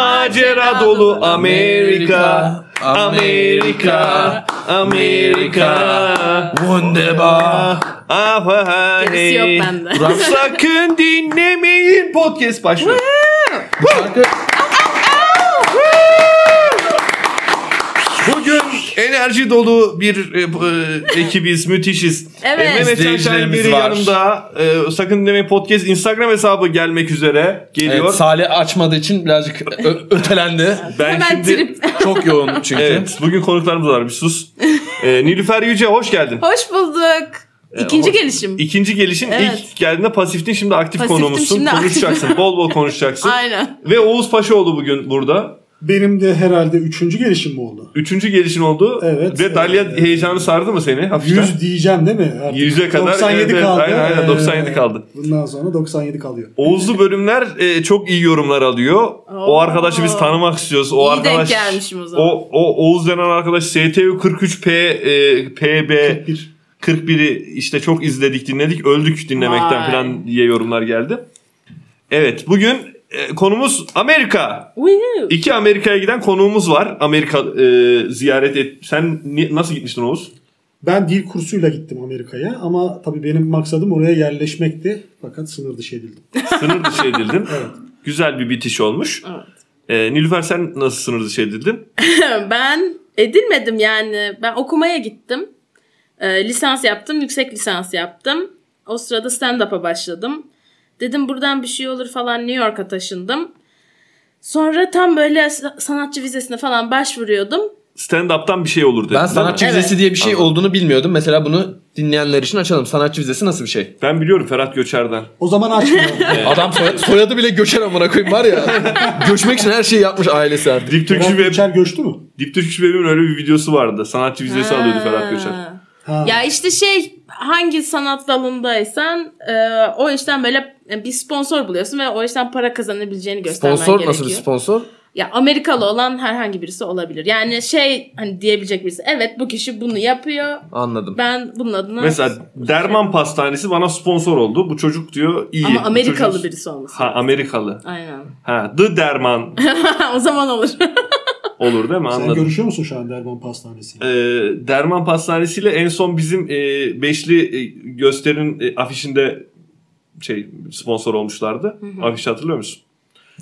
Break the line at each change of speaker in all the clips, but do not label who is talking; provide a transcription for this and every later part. Macera dolu Amerika, Amerika, Amerika. Ah,
Wunderbar.
Gerisi
Gerisi
yok
yok
bende.
bende.
ah, Sakın dinlemeyin podcast başlıyor.
Şarkı
Bugün enerji dolu bir e, e, ekibiz, müthişiz.
Evet.
Emre Çanşen
İzleyicilerimiz
biri
var.
yanımda. E, sakın dinlemeyin podcast Instagram hesabı gelmek üzere geliyor.
evet, Salih açmadığı için birazcık ö- ötelendi.
ben
Hemen trip.
Çok yoğun çünkü.
Evet, bugün konuklarımız var. Bir sus. E, Nilüfer Yüce hoş geldin.
Hoş bulduk.
E,
İkinci
hoş-
gelişim.
İkinci gelişin
Evet.
ilk geldiğinde pasiftin şimdi aktif
Pasiftim,
konuğumuzsun.
şimdi aktif.
konuşacaksın. Bol bol konuşacaksın.
Aynen.
Ve Oğuz Paşaoğlu bugün burada.
Benim de herhalde üçüncü gelişim mi oldu?
Üçüncü gelişin oldu.
Evet.
Ve Dalya
Evet.
heyecanı sardı mı seni? Hafiften?
100 diyeceğim değil mi? Artık
100'e kadar,
97
evet, evet,
kaldı.
aynen, aynen,
Ee,
97 kaldı.
Bundan sonra 97 kalıyor.
Oğuzlu bölümler e, çok iyi yorumlar alıyor. O
Oo.
arkadaşı biz tanımak istiyoruz. O
İyi denk
arkadaş
gelmişim o zaman.
O, o Oğuz denen arkadaş STU 43P e, PB
41.
41'i işte çok izledik, dinledik, öldük dinlemekten
Vay.
falan diye yorumlar geldi. Evet, bugün e, konumuz Amerika.
Woohoo.
İki Amerika'ya giden konuğumuz var. Amerika e, ziyaret et. Sen ni- nasıl gitmiştin Oğuz?
Ben dil kursuyla gittim Amerika'ya ama tabii benim maksadım oraya yerleşmekti. Fakat sınır dışı edildim.
Sınır dışı edildin.
Evet.
Güzel bir bitiş olmuş. E, Nilüfer sen nasıl sınır dışı edildin?
ben edilmedim yani. Ben okumaya gittim. Ee, lisans yaptım, yüksek lisans yaptım. O sırada stand-up'a başladım. Dedim buradan bir şey olur falan New York'a taşındım. Sonra tam böyle sa- sanatçı vizesine falan başvuruyordum.
Stand-up'tan bir şey olur dedin.
Ben
değil mi?
sanatçı
Evet.
vizesi diye bir şey olduğunu bilmiyordum. Mesela bunu dinleyenler için açalım. Sanatçı vizesi nasıl bir şey?
Ben biliyorum Ferhat Göçer'den.
O zaman açmıyorum.
Adam soy- soyadı bile göçer amına koyayım var ya. Göçmek için her şeyi yapmış ailesi artık.
Dip Türk
Ferhat
Şube,
Göçer göçtü mü?
Dip Türk Şube'nin öyle bir videosu vardı. Sanatçı vizesi alıyordu Ferhat Göçer.
Ha.
Ha.
Ya işte şey hangi sanat dalındaysan e, o işten böyle bir sponsor buluyorsun ve o işten para kazanabileceğini göstermen
Sponsor
gerekiyor.
nasıl bir sponsor?
Ya Amerikalı olan herhangi birisi olabilir. Yani şey hani diyebilecek birisi evet bu kişi bunu yapıyor.
Anladım.
Ben bunun adına
Mesela Derman Pastanesi bana sponsor oldu. Bu çocuk diyor iyi.
ama
Bu
Amerikalı
çocuk-
birisi olması.
Ha Amerikalı.
Aynen.
Ha The Derman
o zaman olur.
olur değil mi?
Sen
Anladım.
görüşüyor musun şu an Derman Pastanesi'yle?
Ee, Derman Pastanesi'yle en son bizim e, beşli e, gösterinin e, afişinde şey sponsor olmuşlardı. Afişi hatırlıyor musun?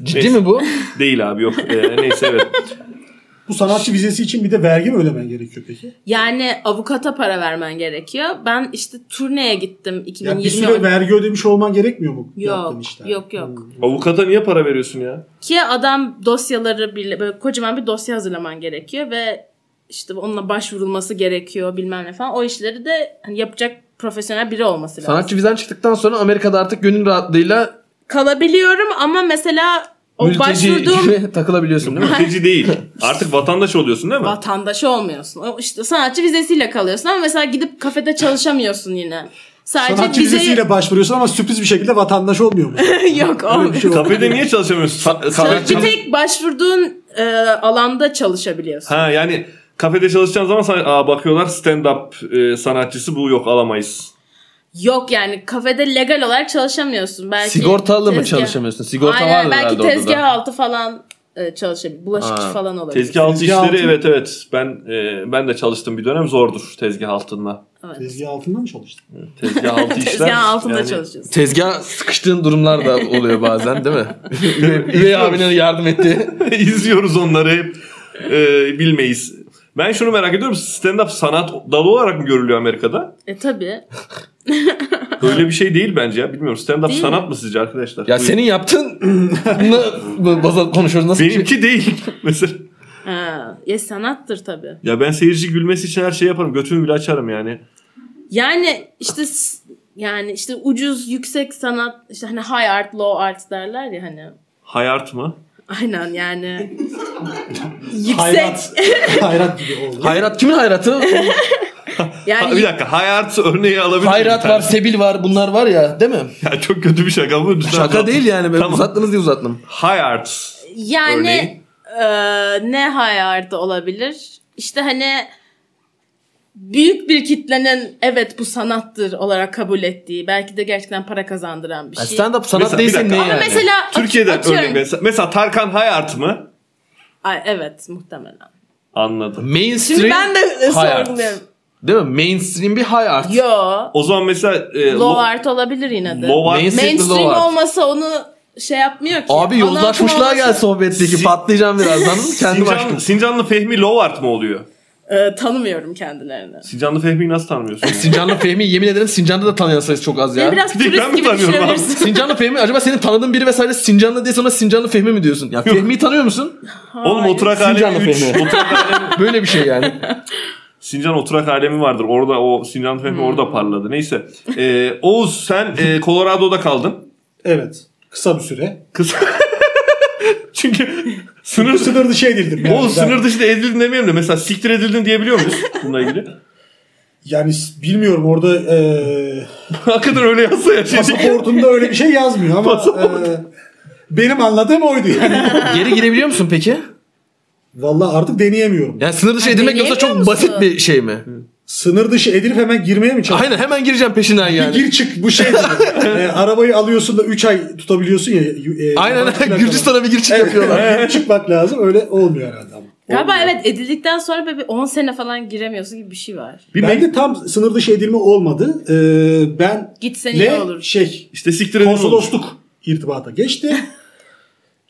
Ciddi
neyse.
mi bu?
Değil abi yok. Ee, neyse evet.
Bu sanatçı vizesi için bir de vergi mi ödemen gerekiyor peki?
yani avukata para vermen gerekiyor. Ben işte turneye gittim
Ya
2020.
bir süre vergi ödemiş olman gerekmiyor mu? yaptığın Hmm.
yok,
işten?
yok yok.
Avukata niye para veriyorsun ya?
Ki adam dosyaları bile böyle kocaman bir dosya hazırlaman gerekiyor ve işte onunla başvurulması gerekiyor bilmem ne falan. O işleri de hani yapacak profesyonel biri olması lazım.
Sanatçı vizen çıktıktan sonra Amerika'da artık gönül rahatlığıyla
Kalabiliyorum ama mesela o
mülteci
başvurduğum
gibi takılabiliyorsun değil mi?
Mülteci değil. Artık vatandaş oluyorsun değil mi?
vatandaş olmuyorsun. O işte sanatçı vizesiyle kalıyorsun ama mesela gidip kafede çalışamıyorsun yine. Sadece
Sanatçı
vizeyi-
vizesiyle başvuruyorsun ama sürpriz bir şekilde vatandaş olmuyor mu?
yok
Öyle bir
olmuyor.
şey olmuyor.
Kafede niye çalışamıyorsun? Sa-
Çalış-
sa-
bir tek başvurduğun e, alanda çalışabiliyorsun.
ha yani kafede çalışacağın zaman sana, Aa, bakıyorlar stand up sanatçısı bu yok alamayız.
Yok yani kafede legal olarak çalışamıyorsun. Belki
Sigortalı mı
tezgah-
çalışamıyorsun? Sigorta
Aynen,
var herhalde
belki
orada da.
tezgah altı falan e, çalışabilir. Bulaşıkçı
Ha.
falan olabilir.
Tezgah altı
Tezgah
işleri
altı-
evet evet. Ben e, ben de çalıştım bir dönem zordur tezgah altında.
Evet.
Tezgah altında mı çalıştın?
Tezgah altı işler.
Tezgah altında
yani-
çalışıyorsun.
Tezgah sıkıştığın durumlar da oluyor bazen değil mi? Üvey- Üvey abinin yardım etti.
İzliyoruz onları hep. E, bilmeyiz. Ben şunu merak ediyorum. Stand up sanat dalı olarak mı görülüyor Amerika'da?
E tabi.
Öyle bir şey değil bence ya. Bilmiyorum. Stand up
Değil
sanat mı sizce arkadaşlar?
Ya
Buyurun.
senin yaptığın Bunu baza konuşuyoruz nasıl? bir şey?
Benimki değil. Mesela
Ha, ya sanattır tabi.
ya ben seyirci gülmesi için her şeyi yaparım. Götümü bile açarım yani.
Yani işte s- yani işte ucuz yüksek sanat işte hani high art low art derler ya hani.
Hayat mı?
Aynen yani. yüksek.
Hayrat. Hayrat gibi oldu.
Hayrat kimin hayratı?
Yani
Ha, bir dakika hayat örneği alabilir miyim?
Hayrat
Bir tane?
var, Sebil var bunlar var ya değil mi?
Ya çok kötü bir şaka bu.
Şaka değil yani ben
Tamam.
uzattınız diye uzattım.
Hayat.
Yani e, ne high art olabilir? İşte hani büyük bir kitlenin evet bu sanattır olarak kabul ettiği belki de gerçekten para kazandıran bir
Yani
şey.
Stand up sanat
Mesela- bir
değilse
dakika.
ne
Ama
yani?
Ama mesela
Türkiye'den
atıyorum-
örnek mesela, mesela Tarkan Hayart mı?
Ay, evet muhtemelen.
Anladım.
Mainstream
Şimdi ben de e,
high art.
sorguluyorum.
Değil mi? Mainstream bir high art.
Yo.
O zaman mesela e,
Low art olabilir yine de.
Low art.
Mainstream de
Mainstream
low art.
olmasa onu şey yapmıyor ki.
Abi
Ana akım
yozlaşmışlığa
olmasa-
gel sohbetteki.
Si-
Patlayacağım birazdan. Kendi
Sincan,
başım.
Sincanlı Fehmi Low art mı oluyor?
Ee, tanımıyorum kendilerini.
Sincanlı Fehmi'yi nasıl tanımıyorsun? ya?
Sincanlı Fehmi yemin ederim Sincan'da da tanıyan sayısı çok az
Beni
ya.
E, biraz
Bir tek ben
turist
mi
gibi
tanıyorum abi?
düşünebilirsin.
Sincanlı Fehmi acaba senin tanıdığın biri vesaire Sincanlı değilse ona Sincanlı Fehmi mi diyorsun? Ya Fehmi'yi tanıyor musun?
Oğlum oturak
Sincanlı
alemi 3.
Fehmi. Böyle bir şey yani.
Sincan oturak alemi vardır. Orada o Sincan Fehmi orada parladı. Neyse. E, Oğuz sen e, Colorado'da kaldın.
Evet. Kısa bir süre.
Kız. Çünkü sınır
Sınır dışı edildim. yani.
Oğlum
Ben-
sınır dışında edildin demeyelim de mesela siktir edildin diyebiliyor muyuz bununla ilgili?
Yani s- bilmiyorum orada e,
Hakikaten öyle yazsa ya. Şey,
pasaportumda öyle bir şey yazmıyor ama e, benim anladığım oydu yani.
Geri girebiliyor musun peki?
Vallahi artık deneyemiyorum.
Yani sınır dışı
Ha,
edilmek yoksa
deneyemiyor
çok basit
musun?
bir şey mi?
Sınır dışı edilip hemen girmeye mi çalışıyorsun?
Aynen hemen gireceğim peşinden yani.
Gir çık bu şey. gibi. E, arabayı alıyorsun da 3 ay tutabiliyorsun ya. e,
Aynen
yabancılarla.
Gürcistan'a bir gir çık yapıyorlar.
Evet, girip çıkmak lazım öyle olmuyor herhalde ama.
Galiba evet edildikten sonra böyle bir 10 sene falan giremiyorsun gibi bir şey var.
bir
Bende tam sınır dışı edilme olmadı. E, ben
Gitsen iyi
le
olur.
şey
işte siktir edildin.
konsolosluk irtibata geçti.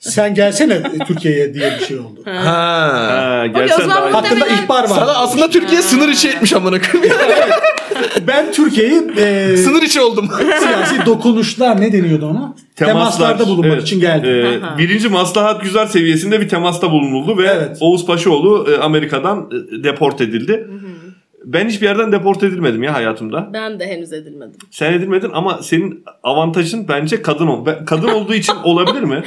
Sen gelsene e, Türkiye'ye diye bir şey oldu.
Ha.
Ha,
Okey, o
gelsen
zaman
daha iyi.
muhtemelen-
Hakkında ihbar var.
Sana aslında Türkiye sınır içi etmiş amına koyayım.
ben Türkiye'yi e,
sınır içi oldum.
siyasi dokunuşlar ne deniyordu ona? Temaslarda bulunmak
evet.
için geldim.
E,
Ee,
Aha.
birinci maslahat güzel seviyesinde bir temasta bulunuldu ve
Evet.
Oğuz Paşaoğlu e, Amerika'dan e, deport edildi. Ben hiçbir yerden deport edilmedim ya hayatımda.
Ben de henüz edilmedim.
Sen edilmedin ama senin avantajın bence kadın ol. Ben- Kadın olduğu için olabilir mi?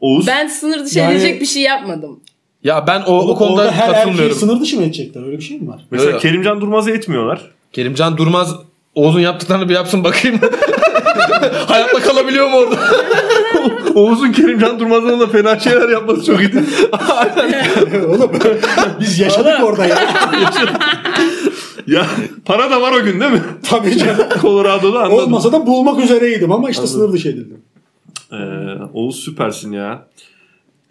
Oğuz.
Ben sınır dışı
Yani-
edilecek bir şey yapmadım.
Ya ben o,
Oğlum,
o konuda
orada her şey erkeği
katılmıyorum.
sınır dışı mı edecekler? Öyle bir şey mi var?
Mesela
Yok.
Kerimcan Durmaz'ı etmiyorlar.
Kerimcan Durmaz Oğuz'un yaptıklarını bir yapsın bakayım. Hayatta kalabiliyor mu orada?
Oğuz'un Kerimcan Durmaz'dan da fena şeyler yapması çok iyi.
Oğlum biz yaşadık orada ya.
ya para da var o gün değil mi?
Tabii canım.
Colorado'da anladım.
Olmasa da bulmak üzereydim ama işte sınır dışı edildim.
Ee, Oğuz süpersin ya.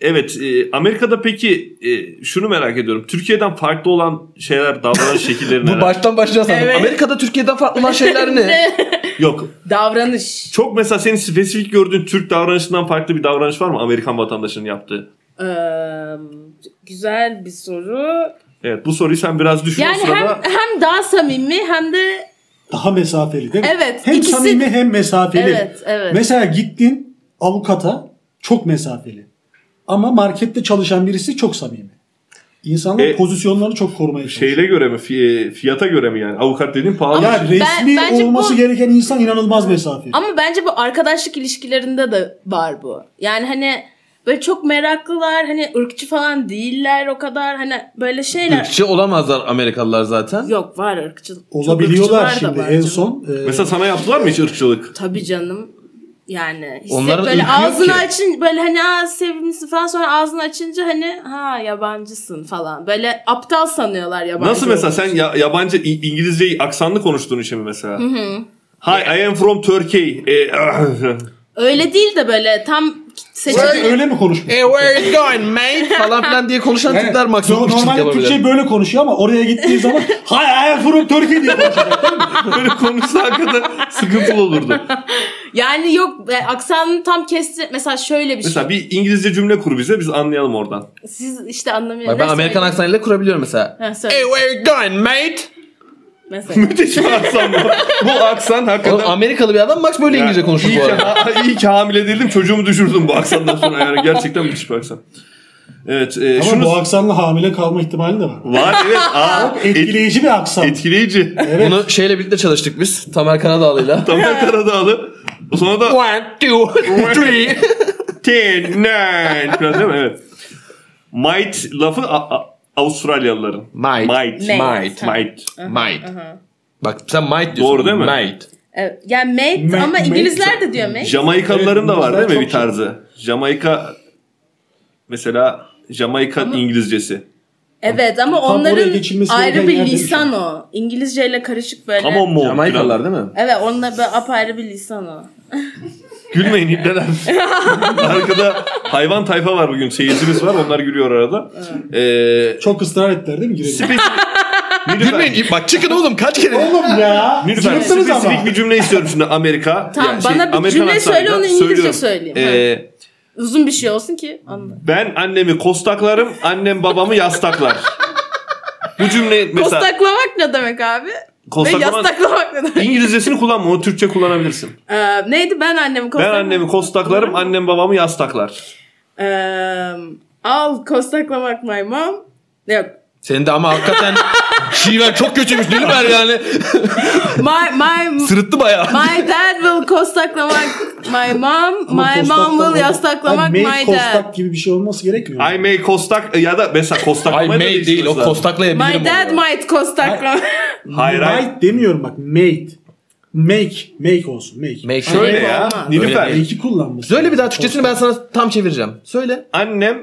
Evet e, Amerika'da peki e, şunu merak ediyorum. Türkiye'den farklı olan şeyler davranış şekilleri
Bu
neler?
baştan başlayacağız sandım.
Evet.
Amerika'da Türkiye'den farklı olan şeyler ne?
Yok.
Davranış.
Çok mesela senin spesifik gördüğün Türk davranışından farklı bir davranış var mı Amerikan vatandaşının yaptığı?
Ee, güzel bir soru.
Evet bu soruyu sen biraz düşün
Yani
o sırada.
hem hem daha samimi hem de
Daha mesafeli değil mi?
Evet,
Hem
ikisi-
samimi hem mesafeli.
evet evet.
Mesela gittin avukata çok mesafeli. Ama markette çalışan birisi çok samimi. İnsanlar
E,
pozisyonlarını çok korumaya çalışıyor.
Şeyle göre mi fi- fiyata göre mi yani? Avukat dediğin pahalı.
Ya
bir şey.
resmi
bence bu-
olması gereken insan inanılmaz mesafeli.
Ama bence bu arkadaşlık ilişkilerinde de var bu. Yani hani böyle çok meraklılar hani ırkçı falan değiller o kadar hani böyle şeyler.
Türkçe olamazlar Amerikalılar zaten.
Yok var ırkçı. çok
Olabiliyorlar
ırkçılar da
şimdi
var
en
canım.
son. e,
Mesela sana yaptılar mı hiç ırkçılık?
Tabii canım. Yani hisset
Onların
böyle
ırkı yok
ağzını
ki.
açın böyle hani aa sevimlisin falan sonra ağzını açınca hani ha yabancısın falan. Böyle aptal sanıyorlar yabancı.
Nasıl mesela sen
olduğunu.
ya- yabancı İ- İngilizceyi aksanlı konuştuğun için mi mesela? Hi I am from Turkey. E,
Öyle değil de böyle tam
Sadece
seçenek.
öyle mi konuşmuş?
Hey, where you going mate? Falan filan diye konuşan
Yani
tipler maksimum
no-
üç tip
Normalde
yapabilir.
Türkçe böyle konuşuyor ama oraya gittiği zaman hay hay from Turkey diye konuşuyor.
E, Böyle konuşsa hakikaten sıkıntılı olurdu.
Yani yok e, aksanını tam kesti. Mesela şöyle bir şey.
Mesela bir İngilizce cümle kur bize biz anlayalım oradan.
Siz işte anlamıyorsunuz.
Bak ben Amerikan aksanıyla kurabiliyorum mesela.
Ha, söyle.
Hey, where you going mate?
Mesela.
Müthiş bir aksan bu. Bu aksan hakikaten...
Oğlum Amerikalı bir adam max böyle İngilizce konuşur
iyi
bu
ki,
arada.
ha- iyi ki hamile değildim çocuğumu düşürdüm bu aksandan sonra. Yani gerçekten müthiş bir aksan. Evet. e,
Ama
şunu...
bu aksanla hamile kalma ihtimali de var.
Var evet. Aa, et-
Etkileyici bir aksan.
etkileyici.
Bunu şeyle birlikte çalıştık biz. Tamer Karadağlı'yla.
Tamer Karadağlı. Sonra da
One, two, three.
Ten, nine falan değil mi? Evet. Might lafı A- A- Avustralyalıların.
Might.
Might. Might.
Might.
Might.
Might. Bak sen might diyorsun.
Doğru değil mi?
Might.
Evet. Yani mate,
Ma-
ama
mate.
İngilizler de diyor mate.
Jamaikalıların da var
Evet,
değil mi
çok
bir tarzı? Jamaika mesela Jamaika İngilizcesi.
Evet ama
Tam oraya
onların
geçilmesi
ayrı
gereken
bir
yerde bir şey.
lisan o. İngilizceyle karışık böyle.
Tamam mı?
Jamaikalılar değil mi?
Evet onunla böyle apayrı bir lisan o.
Gülmeyin ipneler. Arkada hayvan tayfa var bugün. Seyircimiz var. Onlar gülüyor arada. Ee,
Çok ısrar ettiler değil mi girelim?
spesifik... Nilüfer-
Gülmeyin. Bak çıkın oğlum kaç kere.
Oğlum ya.
Nilüfer
Sınırsınız
spesifik
ama.
bir cümle istiyorum şimdi Amerika.
Tamam,
Yani
bana bir
Amerikan
cümle söyle,
aksanıyla
onu
söylüyorum.
İngilizce söyleyeyim.
Ee,
Uzun bir şey olsun ki anla.
ben annemi kostaklarım, annem babamı yastaklar. Bu cümle mesela
Kostaklamak ne demek abi? Ve
kostaklaman-
yastaklamak ne demek?
İngilizcesini kullanma, onu Türkçe kullanabilirsin.
Ee, neydi ben annemi
Ben
kostaklamak?
annemi kostaklarım, annem babamı yastaklar.
Ee, al kostaklamak my mom. Yok.
Senin de ama hakikaten şiven çok kötüymüş Nilüfer yani.
My, my,
Sırıttı bayağı.
my dad will kostaklamak my mom.
Ama
my mom
kostak falan-
will yastaklamak
Ay, made
my dad.
kostak gibi bir şey olması gerekmiyor. mu?
I may kostak e, ya da mesela
Ay
kostaklamayı da
May değil o
değiştiririz zaten.
kostaklayabilirim.
My dad
onu.
might kostaklamak.
Hayır hayır.
Might demiyorum bak. Made. Make. Make olsun. Make.
Make
Ay,
sure.
Şöyle ya.
Olmaz.
Nilüfer.
Öyle
Make'i kullanmış.
Söyle bir daha Türkçesini ben sana tam çevireceğim. Söyle.
Annem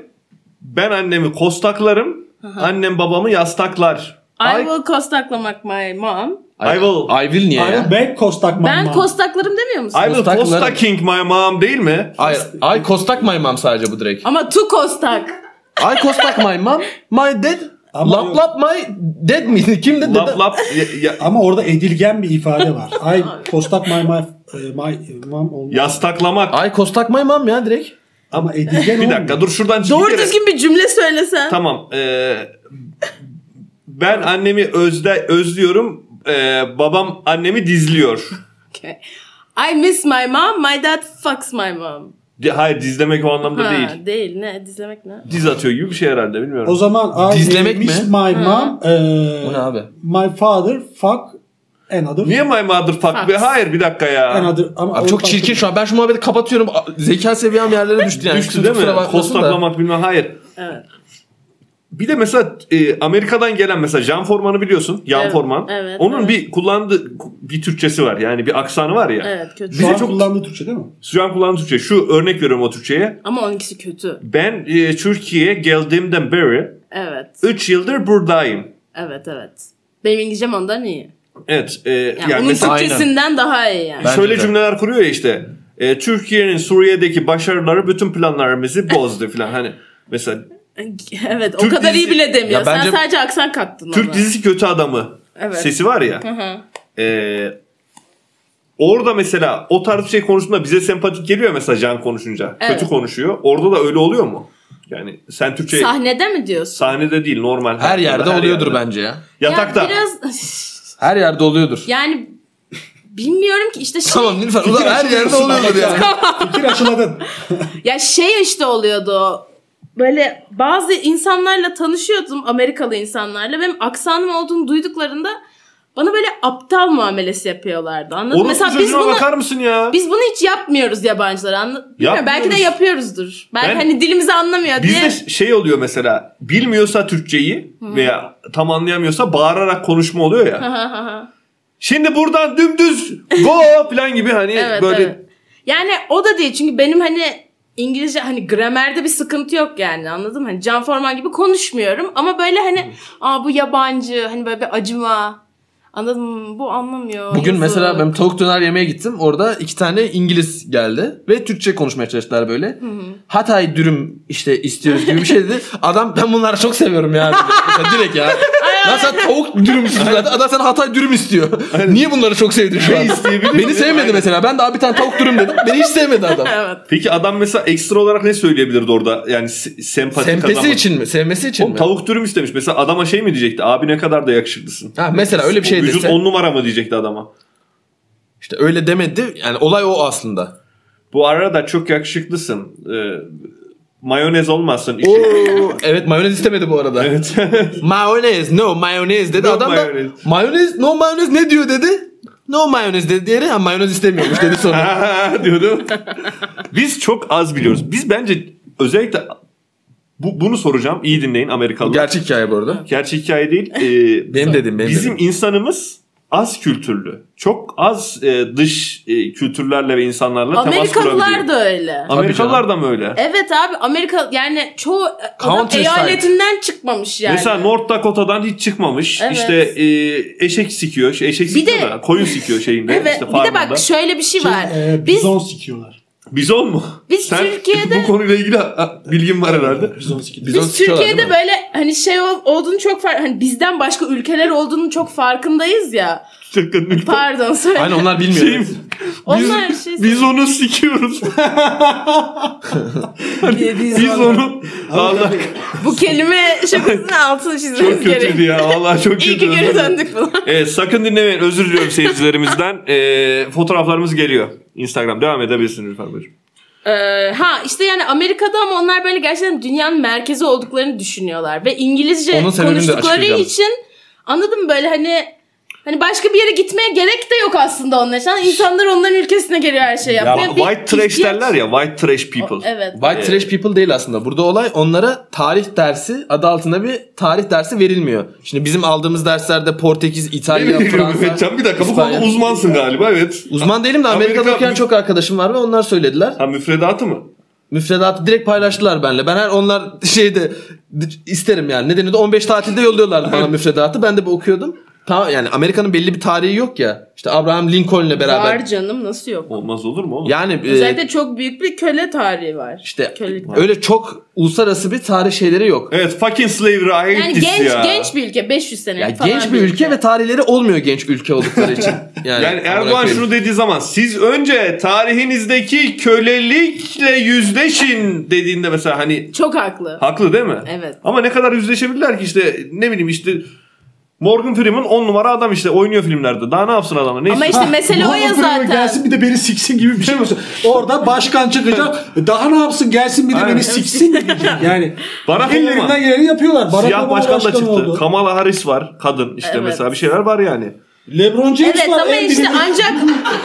ben annemi kostaklarım. Annem babamı yastaklar.
I
Ay-
will kostaklamak my mom.
I will-
I will niye
I
ya?
will make kostak my
Ben
mom.
kostaklarım demiyor musun?
I will
Kostaklarım.
kostaking my mom değil mi?
Hayır. I kostak my mom sadece bu direkt.
Ama tu kostak.
I kostak my mom. My dad.
Ama
lap
yok.
lap my dad miydi? Kimdi? Dede-
Lap lap. ya- ya-
Ama orada edilgen bir ifade var. I kostak my my my e, mom olmaz.
yastaklamak.
I kostak my mom ya direkt.
Ama edilgen
Bir
olmuyor.
dakika dur şuradan çık bir
Doğru
kere.
düzgün bir cümle söylesen.
Tamam. ee, ben annemi özde özlüyorum. ee, babam annemi dizliyor.
Okay. I miss my mom, my dad fucks my mom.
Di- Hayır dizlemek o anlamda
Ha,
değil.
değil. Ne? Dizlemek ne?
Diz atıyor gibi bir şey herhalde bilmiyorum.
O zaman I
Dizlemek
miss
mi?
my mom. eee,
Bu ne abi?
My father fuck another.
Niye my mother fuck be?
Fucks.
Hayır bir dakika ya.
Another. Ama
Abi
o
çok
farklı-
çirkin şu an. Ben şu muhabbeti kapatıyorum. A- Zeka seviyem yerlere düştü yani.
Düştü
Kusura-
değil
kusura
mi?
bakmasın da.
Kostaklamak bilmem hayır.
Evet.
Bir de mesela e, Amerika'dan gelen mesela Jan Forman'ı biliyorsun. Jan
Evet,
Forman.
evet,
Onun
evet.
bir kullandığı bir Türkçesi var. Yani bir aksanı var ya.
Evet kötü.
Şu
Bize
an
çok-
kullandığı Türkçe değil mi?
Şu an kullandığı Türkçe. Şu örnek veriyorum o Türkçe'ye.
Ama onunkisi kötü.
Ben e, Türkiye'ye geldiğimden beri
Evet.
3 yıldır buradayım.
Evet evet. Benim İngilizcem ondan iyi.
Evet. e,
Yani,
yani
onun
mesela
Aynen.
Türkçesinden daha iyi yani.
Ben- Bence
şöyle
de.
cümleler kuruyor ya işte. E, Türkiye'nin Suriye'deki başarıları bütün planlarımızı bozdu filan. Hani mesela
evet o
Türk
kadar iyi
dizisi-
bile demiyor.
Ya
Sen
bence-
sadece aksan kattın
Türk
ona.
dizisi kötü adamı
Evet.
sesi var ya.
Hı hı.
Ee, orada mesela o tarz bir şey konuştuğunda bize sempatik geliyor ya mesela Can konuşunca.
Evet.
Kötü konuşuyor. Orada da öyle oluyor mu? Yani sen Türkçe
Sahnede mi diyorsun?
sahnede değil normal.
Her yerde oluyordur
yerde.
bence ya.
Yatakta.
Ya biraz
Her yerde oluyordur.
yani bilmiyorum ki işte şey,
Tamam Nilüfer ulan her yerde oluyordur ya.
Fikir aşıladın.
ya şey işte oluyordu. o. Böyle bazı insanlarla tanışıyordum Amerikalı insanlarla. Benim aksanım olduğunu duyduklarında bana böyle aptal muamelesi yapıyorlardı. Anladın? mı?
Orospu
Mesela biz
çocuğuna
bunu
bakar mısın ya?
Biz bunu hiç yapmıyoruz yabancılara. Anla- Bilmiyorum, belki de
Yapmıyoruz.
yapıyoruzdur. Belki
Ben-
hani dilimizi anlamıyor diye.
Bizde şey oluyor mesela bilmiyorsa Türkçeyi veya tam anlayamıyorsa bağırarak konuşma oluyor ya. Şimdi buradan dümdüz go falan gibi hani
evet,
böyle
evet. Yani o da değil çünkü benim hani İngilizce hani gramerde bir sıkıntı yok yani anladım hani Can Forman gibi konuşmuyorum ama böyle hani aa bu yabancı hani böyle bir acıma anladım bu anlamıyor.
Bugün
yazık.
mesela ben tavuk döner yemeye gittim. Orada iki tane İngiliz geldi ve Türkçe konuşmaya çalıştılar böyle. Hatay dürüm işte istiyoruz gibi bir şey dedi. Adam ben bunları çok seviyorum ya. dedi. Mesela direkt ya. Lan sen tavuk dürüm istiyorsun zaten. Adam sana Hatay dürüm istiyor. Niye bunları çok sevdin şu an?
isteyebilir
Beni
miyim?
sevmedi
Aynen.
mesela. Ben daha bir tane tavuk dürüm dedim. Beni hiç sevmedi adam.
evet.
Peki adam mesela ekstra olarak ne söyleyebilirdi orada? Yani se- sempati
Sempesi
kazanmak.
için mi? Sevmesi için
Oğlum
mi?
tavuk dürüm istemiş. Mesela adama şey mi diyecekti? Abi ne kadar da yakışıklısın.
Ha, mesela öyle bir şey
Vücut
dese.
on numara mı diyecekti adama.
İşte öyle demedi. Yani olay o aslında.
Bu arada çok yakışıklısın. Ee, mayonez olmasın. işi.
Oo, evet mayonez istemedi bu arada.
Evet.
Mayonez no mayonez dedi
No
adam
mayonez.
da mayonez no mayonez ne diyor dedi. No mayonez dedi diğeri ha mayonez istemiyormuş dedi sonra.
diyordu. Biz çok az biliyoruz. Biz bence özellikle bu, bunu soracağım. İyi dinleyin Amerikalılar.
Gerçek hikaye bu arada.
Gerçek hikaye değil. Ee,
Benim dedim benim
bizim
dedim.
insanımız az kültürlü, çok az e, dış e, kültürlerle ve insanlarla temas kurabiliyor.
Amerikalılar da öyle.
Amerikalılar da mı öyle?
Evet abi Amerika yani çoğu adam
Countryside.
eyaletinden çıkmamış yani.
Mesela North Dakota'dan hiç çıkmamış.
Evet.
İşte e, eşek sikiyor. şey, Eşek
Bir
sikiyor
de-
da koyun sikiyor şeyinde.
Evet.
işte
bir de
farmında.
bak şöyle bir şey
Şey,
var.
e,
Biz
bizon sikiyorlar.
Bizon mu?
Biz
Sen
Türkiye'de-
bu konuyla ilgili ha, bilgin var herhalde.
Bizon sikiyorlar.
Bizon
biz
sikiyorlar,
Türkiye'de
değil mi?
böyle hani şey ol- olduğunu çok fark hani bizden başka ülkeler olduğunu çok farkındayız ya.
Şakanın ülke-
Pardon söyle.
Aynen onlar bilmiyor.
Şey, biz,
Onlar şey
biz onu sikiyoruz.
biz,
biz onu Allah
bu kelime şakasının altını çizmemiz
çok kötüydü
gerek.
ya. Allah çok kötü.
İyi ki geri döndük buna.
Evet, sakın dinlemeyin. Özür diliyorum seyircilerimizden. Ee, fotoğraflarımız geliyor. Instagram devam edebilirsiniz lütfen buyurun.
Ee, ha işte yani Amerika'da ama onlar böyle gerçekten dünyanın merkezi olduklarını düşünüyorlar ve İngilizce
Onun sebebini de
konuştukları
açıklayacağım.
için anladım böyle hani hani başka bir yere gitmeye gerek de yok aslında onlar için. Hani İnsanlar onların ülkesine geliyor her şey
Ya,
yapmıyor. Bir
white trash
ihtiyaç-
derler ya. White trash people.
Evet.
White trash people değil aslında. Burada olay onlara tarih dersi adı altında bir tarih dersi verilmiyor. Şimdi bizim aldığımız derslerde Portekiz, İtalya,
Benim fikrim
Fransa,
Mehmetcan bir dakika bu
İspanya.
konuda uzmansın galiba evet.
Uzman değilim de
Amerika-
Amerika'da okuyan çok arkadaşım var ve onlar söylediler.
Ha müfredatı mı?
Müfredatı direkt paylaştılar benimle. Ben her onlar şeyde isterim yani. Nedeni de 15 tatilde yolluyorlardı bana müfredatı. Ben de bir okuyordum. Tamam yani Amerika'nın belli bir tarihi yok ya. İşte Abraham Lincoln'le beraber.
Var canım nasıl yok?
Olmaz olur mu oğlum?
Yani e,
Özellikle çok büyük bir köle tarihi var.
işte
köle.
öyle çok uluslararası bir tarih şeyleri yok.
Evet fucking slavery I hate
Yani
this
genç
ya.
genç bir ülke 500 sene
Ya
falan
genç bir ülke ve tarihleri olmuyor genç ülke oldukları için. Yani,
Yani Erdoğan
amına
şunu dediği zaman siz önce tarihinizdeki kölelikle yüzleşin dediğinde mesela hani
çok haklı.
haklı değil mi?
Evet.
Ama ne kadar yüzleşebilirler ki işte ne bileyim işte Morgan Freeman 10 numara adam işte oynuyor filmlerde. Daha ne yapsın adamlar? Ne
Ama
istiyor?
işte mesele o
Muhammed
ya
Kuruyor
zaten.
Gelsin bir de beni siksin gibi bir şey olsun. Orada başkan çıkacak. E, Daha ne yapsın gelsin bir de
Aynen.
beni siksin mi diyecek. Yani
Barack Obama.
ellerinden geleni yapıyorlar. Barack
Siyah
Obama
başkan da
başkan
çıktı.
oldu.
Kamala Harris var. Kadın işte
Evet.
mesela bir şeyler var yani.
Lebron James
Evet
var.
ama
en
işte
bilindik
ancak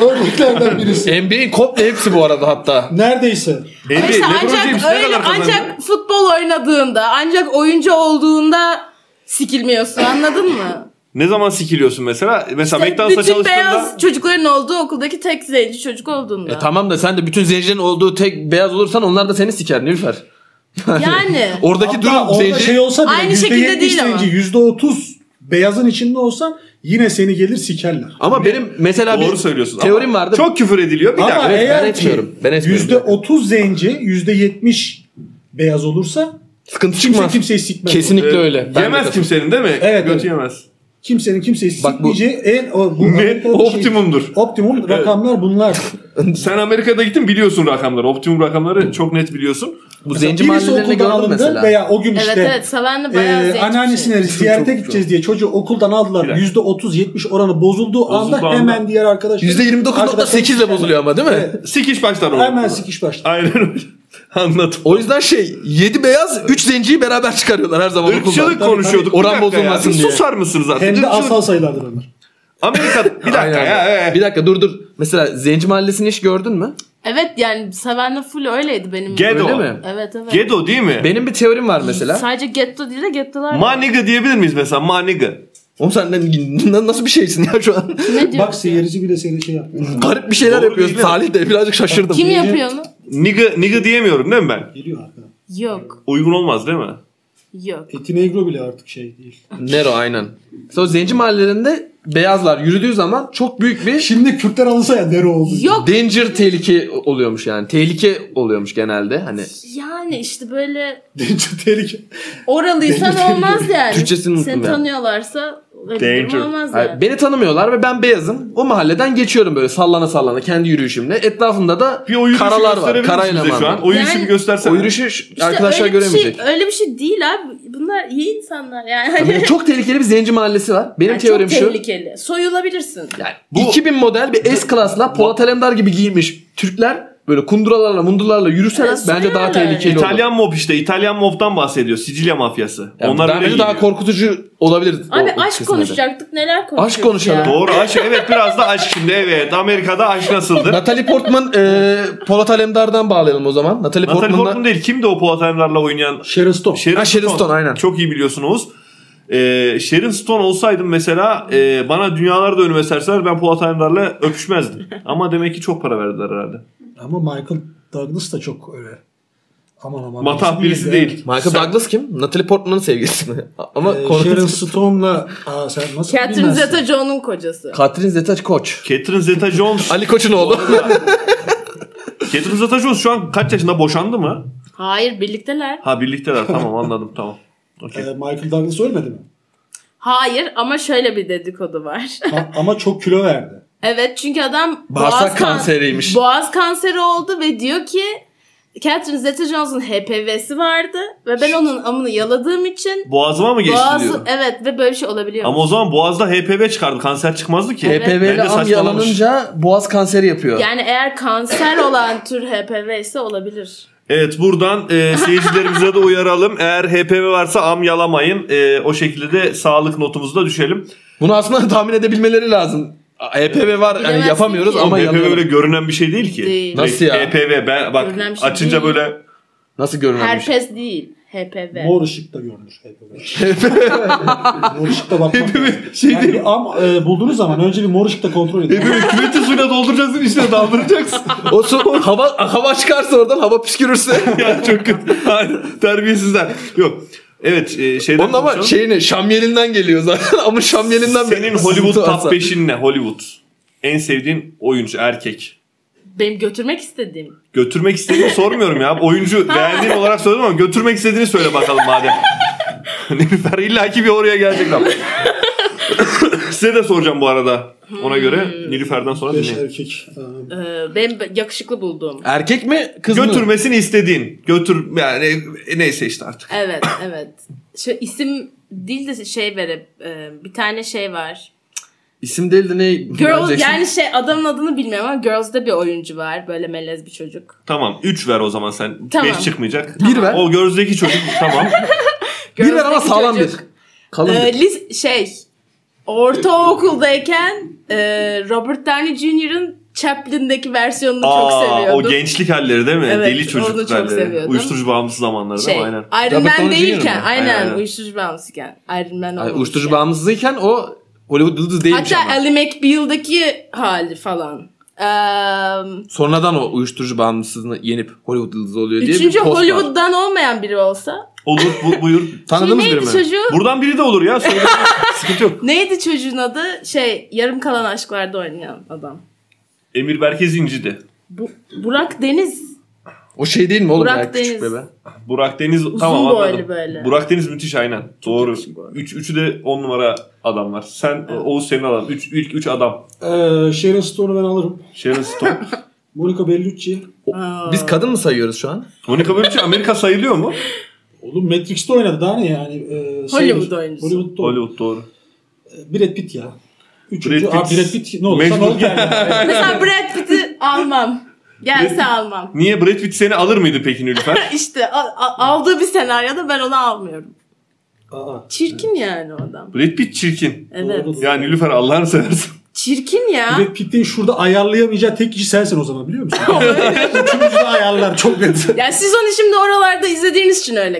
örneklerden birisi.
koyayım. NBA'in komple hepsi bu arada hatta.
Neredeyse.
Andy,
İşte
LeBron James
ancak
ne
öyle,
kadar kazandı?
ancak futbol oynadığında, ancak oyuncu olduğunda sikilmiyorsun anladın mı?
Ne zaman sikiliyorsun mesela? Mesela
Tek-
McDonald's'a
Bütün
çalıştığında
beyaz çocukların olduğu okuldaki tek zenci çocuk olduğunda.
E tamam da sen de bütün zencilerin olduğu tek beyaz olursan onlar da seni siker Nilüfer.
Yani.
Oradaki
Hatta
durum
orada
zenci...
şey olsa bile
Aynı
%70
şekilde değil ama.
zenci, %30 beyazın içinde olsan yine seni gelir sikerler.
Ama benim mesela
Doğru
bir
söylüyorsun. ama
teorim vardı.
Çok küfür ediliyor. Bir
Ama
dakika.
evet,
eğer
ben
ki
etmiyorum. Ben etmiyorum.
%30 zenci, %70 beyaz olursa
sıkıntı
kimse
çıkmaz.
kimseyi sikmez.
Kesinlikle
Ee,
öyle. Ben de
Yemez
katılıyorum.
kimsenin değil mi?
Evet,
Götü
evet.
yemez.
Kimsenin kimseyi
Bak bu-
sikmeyeceği en o, bu
Ne?
Amerika'da şey-
Optimumdur.
optimum rakamlar bunlar.
Sen Amerika'da gittin biliyorsun rakamları. Optimum rakamları çok net biliyorsun.
Bu
Mesela
zenci
birisi
mahallelerini
okuldan
gördüm
alındı
mesela.
Veya o gün
Evet
işte
evet Savanna bayağı
Ee,
zenci.
anneannesine ziyarete gideceğiz diye çocuğu okuldan
Bir
aldılar.
dakika.
Yüzde %30-70 oranı bozulduğu anda
anda.
hemen diğer arkadaşlar.
%29.8 ile bozuluyor ama değil mi?
Evet.
Sikiş başlar o.
Hemen sikiş başladı.
Aynen öyle. Anlat.
O yüzden şey 7 beyaz 3 zenciyi beraber çıkarıyorlar her zaman
Irkçılık
okuldan.
konuşuyorduk.
tabii.
Bir
Oran
dakika ya.
bozulmasın
Bir
diye.
Susar mısınız zaten?
Hem de
Irkçılık-
asal sayılardır onlar.
Amerika bir dakika
Aynen.
ya. ee.
Bir dakika dur dur. Mesela zenci mahallesini hiç gördün mü?
Evet yani Savanna full öyleydi benim.
Ghetto.
Öyle mi?
Evet evet.
Gedo değil mi?
Benim bir teorim var mesela.
Sadece ghetto değil de ghettolar. var.
Maniga diyebilir miyiz mesela? Maniga.
Oğlum sen ne- nasıl bir şeysin ya şu an?
ne diyor?
Bak seyirci bile seni şey yaptı.
Garip bir şeyler
Doğru
yapıyorsun.
değil mi?
Salih de birazcık şaşırdım.
Kim yapıyor onu?
Niga, niga diyemiyorum değil mi ben?
Geliyor arkadan.
Yok
Uygun olmaz değil mi?
yok.
Eti Negro bile artık şey değil.
Nero aynen. Mesela o zenci mahallelerinde beyazlar yürüdüğü zaman çok büyük bir
Şimdi Kürtler alınsa ya Nero oldu.
Yok
danger tehlike oluyormuş yani. Tehlike oluyormuş genelde hani.
yani işte böyle
Danger tehlike.
Oralıysan olmaz yani.
Türkçesini unuttum
Seni
ya.
tanıyorlarsa öyle bir
Danger.
durum olmaz yani.
Hayır, beni tanımıyorlar ve ben beyazım. O mahalleden geçiyorum böyle sallana sallana kendi yürüyüşümle. Etrafımda da
Bir o yürüyüşü
karalar var.
gösterebilir
Kara
misin bize
eleman
şu an?
var.
O yürüyüşü
Yani-
bir göstersene.
O yürüyüşü ş-
İşte
arkadaşlar
öyle bir
göremeyecek.
Şey, öyle bir şey değil abi. Bunlar iyi insanlar yani.
Ya böyle
Hani-
çok tehlikeli bir zenci mahallesi var. Benim
Yani
teorim
çok
şu.
tehlikeli. Soyulabilirsin.
Yani 2000 model bir S klasla Polat Alemdar gibi giymiş Türkler böyle kunduralarla mundurlarla yürüseler
Evet,
bence daha
soyarlar
tehlikeli
yani.
olur.
İtalyan mob işte. İtalyan mob'dan bahsediyor. Sicilya mafyası.
Yani
Onlar
daha,
öyle
bence daha
giyiniyor.
korkutucu olabilir.
Abi
o- o
aşk
kesimde.
konuşacaktık neler konuşuyoruz
Aşk konuşalım.
ya.
Doğru aşk. Evet biraz da aşk şimdi. Evet. Amerika'da aşk nasıldır?
Natalie Portman e, Polat Alemdar'dan bağlayalım o zaman. Natalie,
Natalie
Portman'la
Portman değil. Kimdi o Polat Alemdar'la oynayan?
Sharon Stone.
Sharon,
Ha, Sharon Stone, aynen.
Çok iyi biliyorsun Oğuz. Ee, Sharon Stone olsaydım mesela e, bana dünyalarda önüme serseler ben Polat Alemdar'la öpüşmezdim. Ama demek ki çok para verdiler herhalde.
Ama Michael Douglas da çok öyle. Aman aman.
Matah birisi değil.
Michael Douglas kim? Natalie Portman'ın sevgilisi mi? Ama
Ee,
konu-
Sharon Stone'la Aa, sen nasıl
Catherine
bilmezsin?
Zeta-Jones'un kocası.
Catherine Zeta-Koç.
Catherine Zeta-Jones.
Ali Koç'un oğlu.
Catherine Zeta-Jones şu an kaç yaşında boşandı mı?
Hayır birlikteler.
Ha birlikteler tamam anladım tamam.
Ee,
Okey.
Michael Douglas ölmedi mi?
Hayır ama şöyle bir dedikodu var.
A- ama çok kilo verdi.
evet çünkü adam
Bağırsak
boğaz kan-
kanseriymiş.
Boğaz kanseri oldu ve diyor ki Catherine Zeta-Jones'un HPV'si vardı ve ben onun amını yaladığım için
Boğazıma mı geçti
boğazı
diyor.
evet ve böyle bir şey olabiliyor.
Ama o zaman boğazda HPV çıkardı. Kanser çıkmazdı ki.
Evet.
HPV'li
Bence
am
saçmalamış.
yalanınca boğaz kanseri yapıyor.
Yani eğer kanser olan tür HPV ise olabilir.
Evet buradan e, seyircilerimize de uyaralım. Eğer HPV varsa am yalamayın. E, o şekilde de sağlık notumuzu da düşelim.
Bunu aslında tahmin edebilmeleri lazım. HPV var
Bilemezsin
yani yapamıyoruz
ki.
ama
HPV öyle
yalanıyor.
görünen bir şey değil ki.
Değil.
Nasıl ya?
HPV ben bak
Görünen bir şey
açınca
değil.
böyle
Nasıl görünüyormuş?
Herpes değil. HPV.
Mor ışıkta görünür. mor ışıkta bakmak. lazım.
şey
yani bir am e, bulduğunuz zaman önce bir mor ışıkta kontrol edin.
böyle küveti suyla dolduracaksın içine daldıracaksın.
şey? O su hava hava çıkarsa oradan hava püskürürse.
ya çok kötü. Hayır, Terbiyesizler. Yok. Evet e, şeyden
Onun ama
konuşalım.
şeyine Şamyelinden geliyor zaten. ama Şamyelinden bir
Senin Hollywood
sızıntı
top
varsa.
5'in ne? Hollywood. En sevdiğin oyuncu erkek.
Benim götürmek istediğim.
Götürmek istediğini sormuyorum ya. Oyuncu beğendiğin olarak söyledim ama götürmek istediğini söyle bakalım madem. Nilüfer illaki bir oraya gelecek lan. Size de soracağım bu arada. Ona
Hmm.
göre Nilüfer'den sonra
Beş
dinleyin.
erkek. Ee,
Ee, benim yakışıklı bulduğum.
Erkek mi kız mı?
Götürmesini istediğin. Götür yani e, neyse işte artık.
Evet evet. Şu isim değil de şey verip e, bir tane şey var.
İsim değil de ne?
Girls
Jackson.
yani şey adamın adını bilmiyorum ama Girls'da bir oyuncu var. Böyle melez bir çocuk.
Tamam 3 ver o zaman sen. 5
Tamam.
çıkmayacak.
Bir ver.
O gözdeki çocuk tamam.
Bir ver ama
Girls'deki
sağlam bir.
çocuk.
Kalın
Ee,
bir.
lis- şey ortaokuldayken e, Robert Downey Jr.'ın Chaplin'deki versiyonunu çok
Aa,
seviyordum.
o gençlik halleri değil mi?
Evet,
Deli
onu
çocuk
çok
halleri.
seviyordum.
Uyuşturucu bağımlısı zamanları
şey,
değil mi? Aynen.
Iron
Robert
Man
Downey Jr.
değilken,
mı?
aynen,
Aynen.
uyuşturucu bağımlısıyken. Iron Man
Yani
olmamışken.
uyuşturucu bağımlısıyken o Hollywood yıldızı değilmiş
Hatta
ama.
Ally McBeal'daki hali falan. Eee
Sonradan o uyuşturucu bağımlısını yenip Hollywood yıldızı oluyor diye
üçüncü şey
bir post var.
Hollywood'dan olmayan biri olsa.
Olur bu, buyur.
Tanıdığımız
Şey
biri
neydi
mi?
çocuğu?
Buradan biri de olur ya. Söyle. Sıkıntı yok.
Neydi çocuğun adı? Şey yarım kalan aşklarda oynayan adam.
Emir Berke Zinci'di.
Bu, Burak Deniz.
O şey değil mi oğlum?
Burak
ya, küçük
Deniz.
bebe.
Burak Deniz tamam
boylu
anladım.
böyle.
Burak Deniz müthiş aynen. Doğru.
yakışıklı bu arada.
Üç, üçü de 10 numara adam var. Sen o Oğuz senin adam. Üç, ilk 3 adam.
Ee, Sharon Stone'u ben alırım.
Sharon Stone.
Monica Bellucci.
O-
Aa.
Biz kadın mı sayıyoruz şu an?
Monica Bellucci Amerika sayılıyor mu?
Oğlum Matrix'te oynadı daha ne yani? Ee, sayılır.
oyuncusu.
Hollywood'da.
Hollywood doğru.
Ee, Brad Pitt ya. Üçüncü.
Brad Pitt.
Brad Pitt, Aa, Brad Pitt ne olursa ne
Mecbur.
olur yani.
Mesela Brad Pitt'i almam. Gelse almam.
Niye Brad Pitt seni alır mıydı peki Nilüfer?
İşte a- a- aldığı bir senaryoda ben onu almıyorum.
Aa,
Çirkin yani o adam.
Brad Pitt çirkin.
Evet.
Doğru.
Yani Nilüfer Allah'ını seversin.
Çirkin ya.
Brad Pitt'in şurada ayarlayamayacağı tek kişi sensin o zaman biliyor musun? Üçümüzü de ayarlar çok net.
Ya siz onu şimdi oralarda izlediğiniz için öyle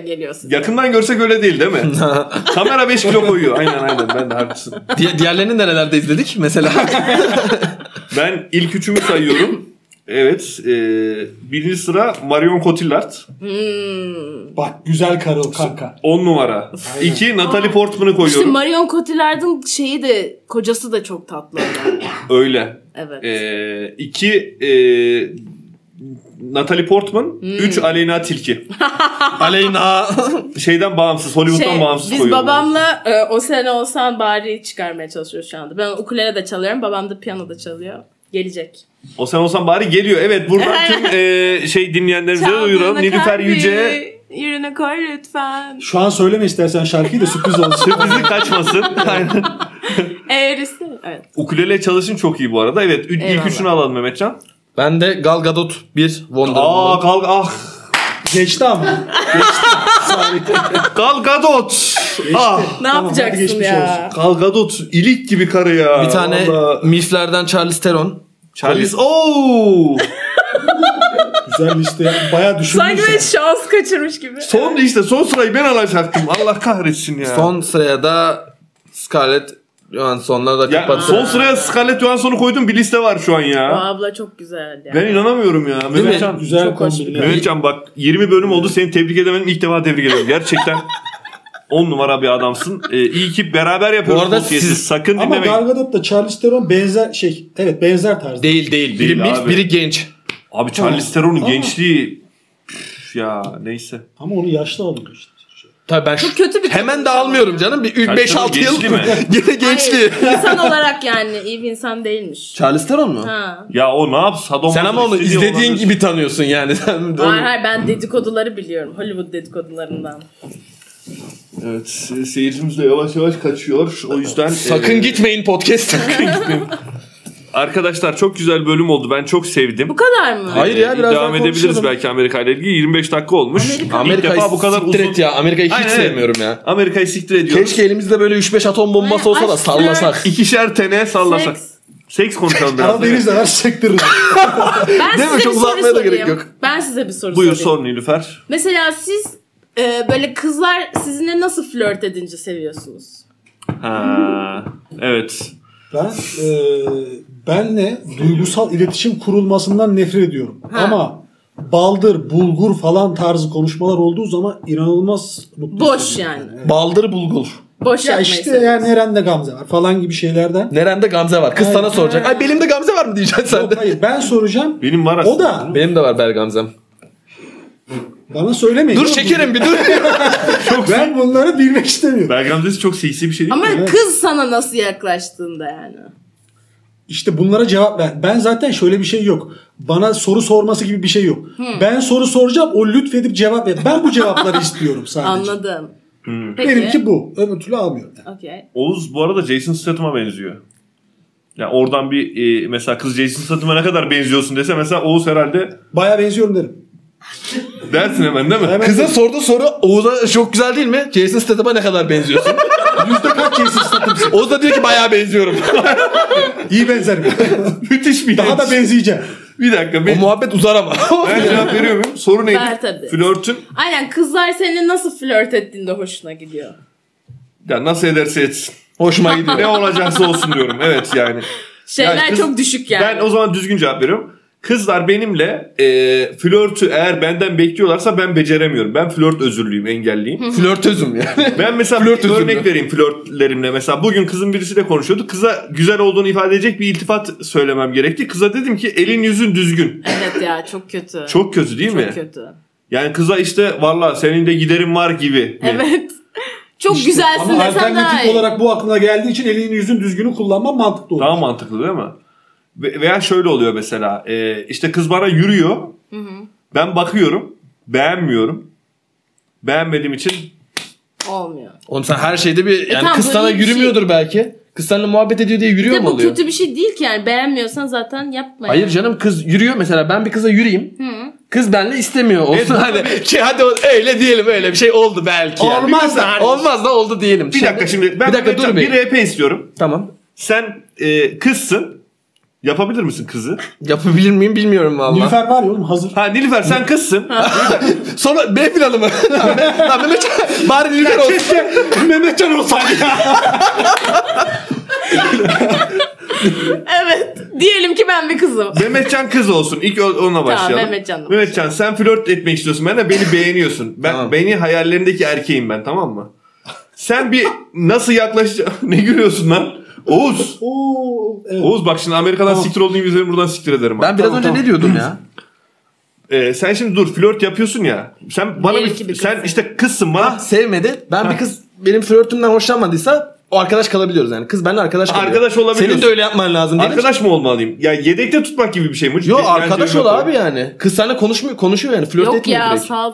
geliyorsunuz.
Yakından görsek öyle değil değil mi? Kamera 5 kilo koyuyor. Aynen aynen ben de haklısın.
Di- diğerlerini nerelerde izledik mesela?
Ben ilk üçümü sayıyorum. Evet. E, birinci sıra Marion Cotillard.
Hmm.
Bak güzel karıl kanka.
10 numara. 2 Natalie Portman'ı
İşte
koyuyorum.
Marion Cotillard'ın şeyi de kocası da çok tatlı. adam.
Öyle.
Evet.
Ee, iki e, Natalie Portman,
Hmm.
3 Aleyna Tilki.
Aleyna.
Şeyden bağımsız, Hollywood'dan
şey,
bağımsız
biz
koyuyorum.
babamla e, o sene olsan bari çıkarmaya çalışıyoruz şu anda. Ben ukulele de çalıyorum, babam da piyano da çalıyor. Gelecek.
O sen olsan bari geliyor. Evet buradan tüm e, şey dinleyenlerimize de duyuralım. Nilüfer Yüce
Yerine koy lütfen.
Şu an söyleme istersen şarkıyı da sürpriz olsun.
sürprizi kaçmasın. Aynen.
Eğer iste- Evet.
Ukulele çalışın çok iyi bu arada. Evet ü- ilk
Eyvallah.
üçünü alalım Mehmetcan.
ben de Gal Gadot 1 Wonder
Aa
Woman.
kalk ah.
Geçti ama. Geçti.
Gal Gadot. Ah.
Ne
Tamam, hadi
yapacaksın
geçmiş
ya?
olsun.
Gal Gadot ilik gibi karı ya.
Bir tane
Vallahi.
Miflerden Charlize Theron.
Charlize. Oo.
Güzel liste. Bayağı
Sanki şey- ben
düşünmüş.
şans kaçırmış gibi.
Son işte son sırayı ben alacaktım. Allah kahretsin ya.
Son sıraya da Scarlett Johansson'la da
ya,
kapattı.
son sıraya Scarlett Johansson'u koydum bir liste var şu an
Bu
ya.
abla çok güzel ya.
Ben inanamıyorum ya.
mi?
Mehmet Can.
Güzel
Çok hoş
kombinler.
Mehmet Can bak 20 bölüm oldu seni tebrik edemedim. İlk defa tebrik ediyorum. Gerçekten 10 numara bir adamsın. Ee, iyi ki beraber yapıyoruz.
Bu arada
podcast'i.
siz-
Sakın
Ama
dinlemeyin.
Gal Gadot'la Charlize Theron benzer şey. Evet benzer tarz.
Değil değil.
Değil
biri mid,
abi.
biri genç.
Abi Charlize Theron'un
Ama-
gençliği... Üf, ya neyse.
Ama onu yaşlı alıyor işte.
Tabii ben
Çok kötü bir
hemen de almıyorum canım. Bir
Charlize
5-6
Theron
yıl.
gençliği mi?
Gene gençliği.
Hayır, insan olarak yani iyi bir insan değilmiş.
Charlize Theron mu?
Ha.
Ya o ne yapsın? Sadomaso
Sen ama onu
istediği
izlediğin
olabilir.
gibi tanıyorsun yani. Sen onu-
Hayır hayır ben dedikoduları biliyorum. Hollywood dedikodularından.
Evet se- seyircimiz de yavaş yavaş kaçıyor. O yüzden...
Sakın
e,
gitmeyin podcast'a.
Arkadaşlar çok güzel bölüm oldu. Ben çok sevdim.
Bu kadar mı?
Hayır ya,
Ee,
biraz daha
Devam edebiliriz
konuşalım.
belki Amerika ile ilgili. 25 dakika olmuş.
Amerika-
Amerika'yı
İlk defa bu kadar
siktir
uzun.
et ya. Amerika'yı hiç
Aynen, evet.
sevmiyorum ya.
Amerika'yı siktir ediyoruz.
Keşke elimizde böyle 3-5 atom bombası
Ay,
olsa da
aşk
sallasak.
İkişer tene sallasak.
Seks.
Seks konuşalım biraz.
Ara
Evet.
denizde her sektiririz.
Ben size
Değil mi? Çok
bir soru
uzatmaya da
sorayım.
gerek yok.
Ben size bir soru
Buyur
sorayım.
sor Nilüfer.
Mesela siz e, böyle kızlar sizinle nasıl flört edince seviyorsunuz?
Ha, evet.
Ben e, benle duygusal iletişim kurulmasından nefret ediyorum.
Ha.
Ama baldır, bulgur falan tarzı konuşmalar olduğu zaman inanılmaz mutlu
Boş
hissediyorum.
yani.
Evet.
Baldır bulgur.
Boş
Ya
yapmayı
işte
seviyorum.
yani Eren'de Gamze var falan gibi şeylerden.
Nerende gamze var? Kız sana soracak. Ay benim de gamze var mı diyeceksin sen
Yok,
de.
hayır ben soracağım.
Benim var
O
aslında.
da
Benim de var bel gamzem.
bana söylemeyin.
Dur
Yok,
şekerim bir dur.
Ben bunları bilmek istemiyorum.
Belgram'desi çok seksi bir şey değil mi?
Ama kız sana nasıl yaklaştığında yani.
İşte bunlara cevap ver. Ben zaten şöyle bir şey yok. Bana soru sorması gibi bir şey yok. Ben soru soracağım o lütfedip cevap ver. Ben bu cevapları istiyorum sadece.
Anladım.
Hmm.
Peki.
Benimki bu. Öbür türlü almıyorum. yani.
Okey.
Oğuz bu arada Jason Statham'a benziyor. Ya oradan bir e, mesela kız Jason Statham'a ne kadar benziyorsun dese mesela Oğuz herhalde
Baya benziyorum derim.
dersin hemen değil mi?
Hemen
Kıza sorduğu soru Oğuz'a çok güzel değil mi? Jason Statham'a ne kadar benziyorsun?
Yüzde kaç cinsi statüsü?
Oğuz da diyor ki bayağı benziyorum.
İyi benzerim.
Müthiş bir
Daha da benzeyeceğim.
Bir dakika
o
ben,
muhabbet uzar ama.
ben cevap veriyor muyum? Soru neydi?
Ver tabii.
Flörtün
Aynen kızlar seninle nasıl flört ettiğinde hoşuna gidiyor.
ya nasıl ederse etsin.
Hoşuma
Ne
gidiyor.
olacaksa olsun diyorum. Evet yani.
Şeyler
Yani kız-
çok düşük yani.
Ben o zaman düzgün cevap veriyorum. Kızlar benimle e, flörtü eğer benden bekliyorlarsa ben beceremiyorum. Ben flört özürlüyüm, engelliyim.
Flörtözüm yani.
Ben mesela
Flört
bir örnek
üzerine.
vereyim flörtlerimle. Mesela bugün kızın birisiyle konuşuyorduk. Kıza güzel olduğunu ifade edecek bir iltifat söylemem gerekti. Kıza dedim ki elin yüzün düzgün.
Evet ya çok kötü.
Çok kötü değil
Çok
mi?
kötü.
Yani kıza işte valla senin de giderin var gibi. mi?
Evet. Çok güzelsin
Ama
desen daha
alternatif
iyi.
olarak bu aklına geldiği için elini yüzün düzgünü kullanman mantıklı olur.
Daha mantıklı değil mi? Ve- Veya şöyle oluyor mesela. e, işte kız bana yürüyor. Ben bakıyorum. Beğenmiyorum. Beğenmediğim için
Olmuyor.
Oğlum sen her şeyde bir yani
tamam,
kız
bu
sana
iyi bir şey.
yürümüyordur belki. Kız seninle muhabbet ediyor diye yürüyor
Bir de
mu
bu
oluyor?
kötü bir şey değil ki yani beğenmiyorsan zaten yapma.
Hayır
yani.
canım kız yürüyor mesela ben bir kıza yürüyeyim. Kız benle istemiyor olsun.
Evet,
hani şey hadi o- öyle diyelim öyle bir şey oldu belki. yani.
Olmaz da-
Olmaz da oldu diyelim.
hani- bir dakika şimdi ben
bir dakika dur
bir
bir.
RP istiyorum.
Tamam.
Sen e, kızsın. Yapabilir misin kızı?
Yapabilir miyim bilmiyorum valla.
Nilüfer var ya oğlum hazır.
Ha Nilüfer sen kızsın.
Sonra B planı mı? Lan be- lan Mehmet bari Nilüfer olsun.
Mehmetcan olsaydı ya.
Evet. Diyelim ki ben bir kızım.
Mehmetcan kız olsun. İlk o- onunla başlayalım.
Mehmetcan'la
Mehmetcan sen flört etmek istiyorsun benden beni beğeniyorsun. Ben
Tamam.
beni hayallerindeki erkeğim ben tamam mı? Sen bir nasıl yaklaşacaksın? ne gülüyorsun lan? Oğuz.
Oo, evet.
Oğuz bak şimdi Amerika'dan
Tamam.
siktir olduğun gibi seni buradan siktir ederim.
Ben
Ben...
biraz
Tamam,
önce
tamam.
ne diyordum ya?
Ee, sen şimdi dur flört yapıyorsun ya. Sen bana
Diyelim ki
bir,
bir
sen
kızsın.
işte kızsın bana.
Sevmedi. Ben bir kız benim flörtümden hoşlanmadıysa o arkadaş kalabiliyoruz yani. Kız benimle arkadaş kalıyor.
Arkadaş olabiliyorsun.
Senin de öyle yapman lazım. değil mi?
Arkadaş mı olmalıyım? Ya yedekte tutmak gibi bir şey mi?
Yo
Bence
arkadaş ol
yok.
abi yani. Kız seninle konuşmuyor, konuşuyor yani. Flört
Yok
etmiyor
ya
direkt.
sal.